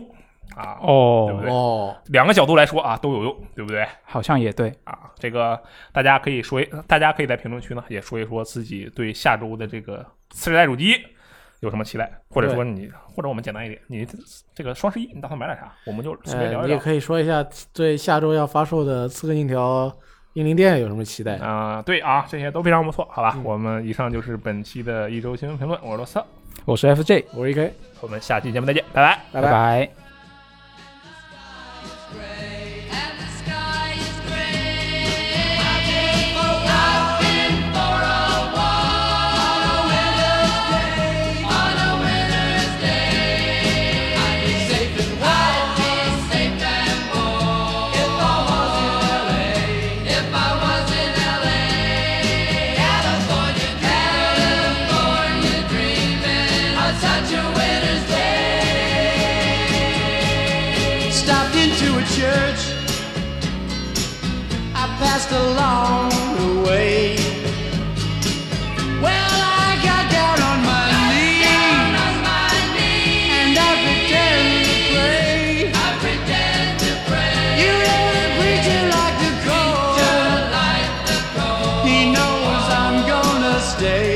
Speaker 3: 啊，对不
Speaker 2: 哦
Speaker 3: 对，
Speaker 1: 哦，
Speaker 3: 两个角度来说啊都有用，对不对？
Speaker 2: 好像也对，
Speaker 3: 啊，这个大家可以说一，大家可以在评论区呢也说一说自己对下周的这个次世代主机有什么期待，或者说你，或者我们简单一点，你这个双十一你打算买点啥？我们就随便
Speaker 1: 呃，
Speaker 3: 聊一
Speaker 1: 你也
Speaker 3: 聊。
Speaker 1: 可以说一下对下周要发售的《刺客信条：英灵殿》有什么期待？
Speaker 3: 啊啊、对啊，这些都非常不错，好吧？
Speaker 1: 嗯
Speaker 3: 我们以上就是本期的一周新闻评论，我是罗斯，
Speaker 2: 我是 FJ，
Speaker 1: 我是 EK，
Speaker 3: 我们下期节目再见，拜拜。
Speaker 1: 拜
Speaker 2: 拜拜
Speaker 4: And the sky is gray. I've been for a walk. On a winter's day. I'd be safe and warm. If I was in L.A. If I was in L.A. California dreaming. California dreaming. On such a winter's day. Stopped into a church. I passed along the way. Well, I got down on my knees. And I pretend to pray. I pretend to pray. You know the preacher like the crow. He knows I'm gonna stay.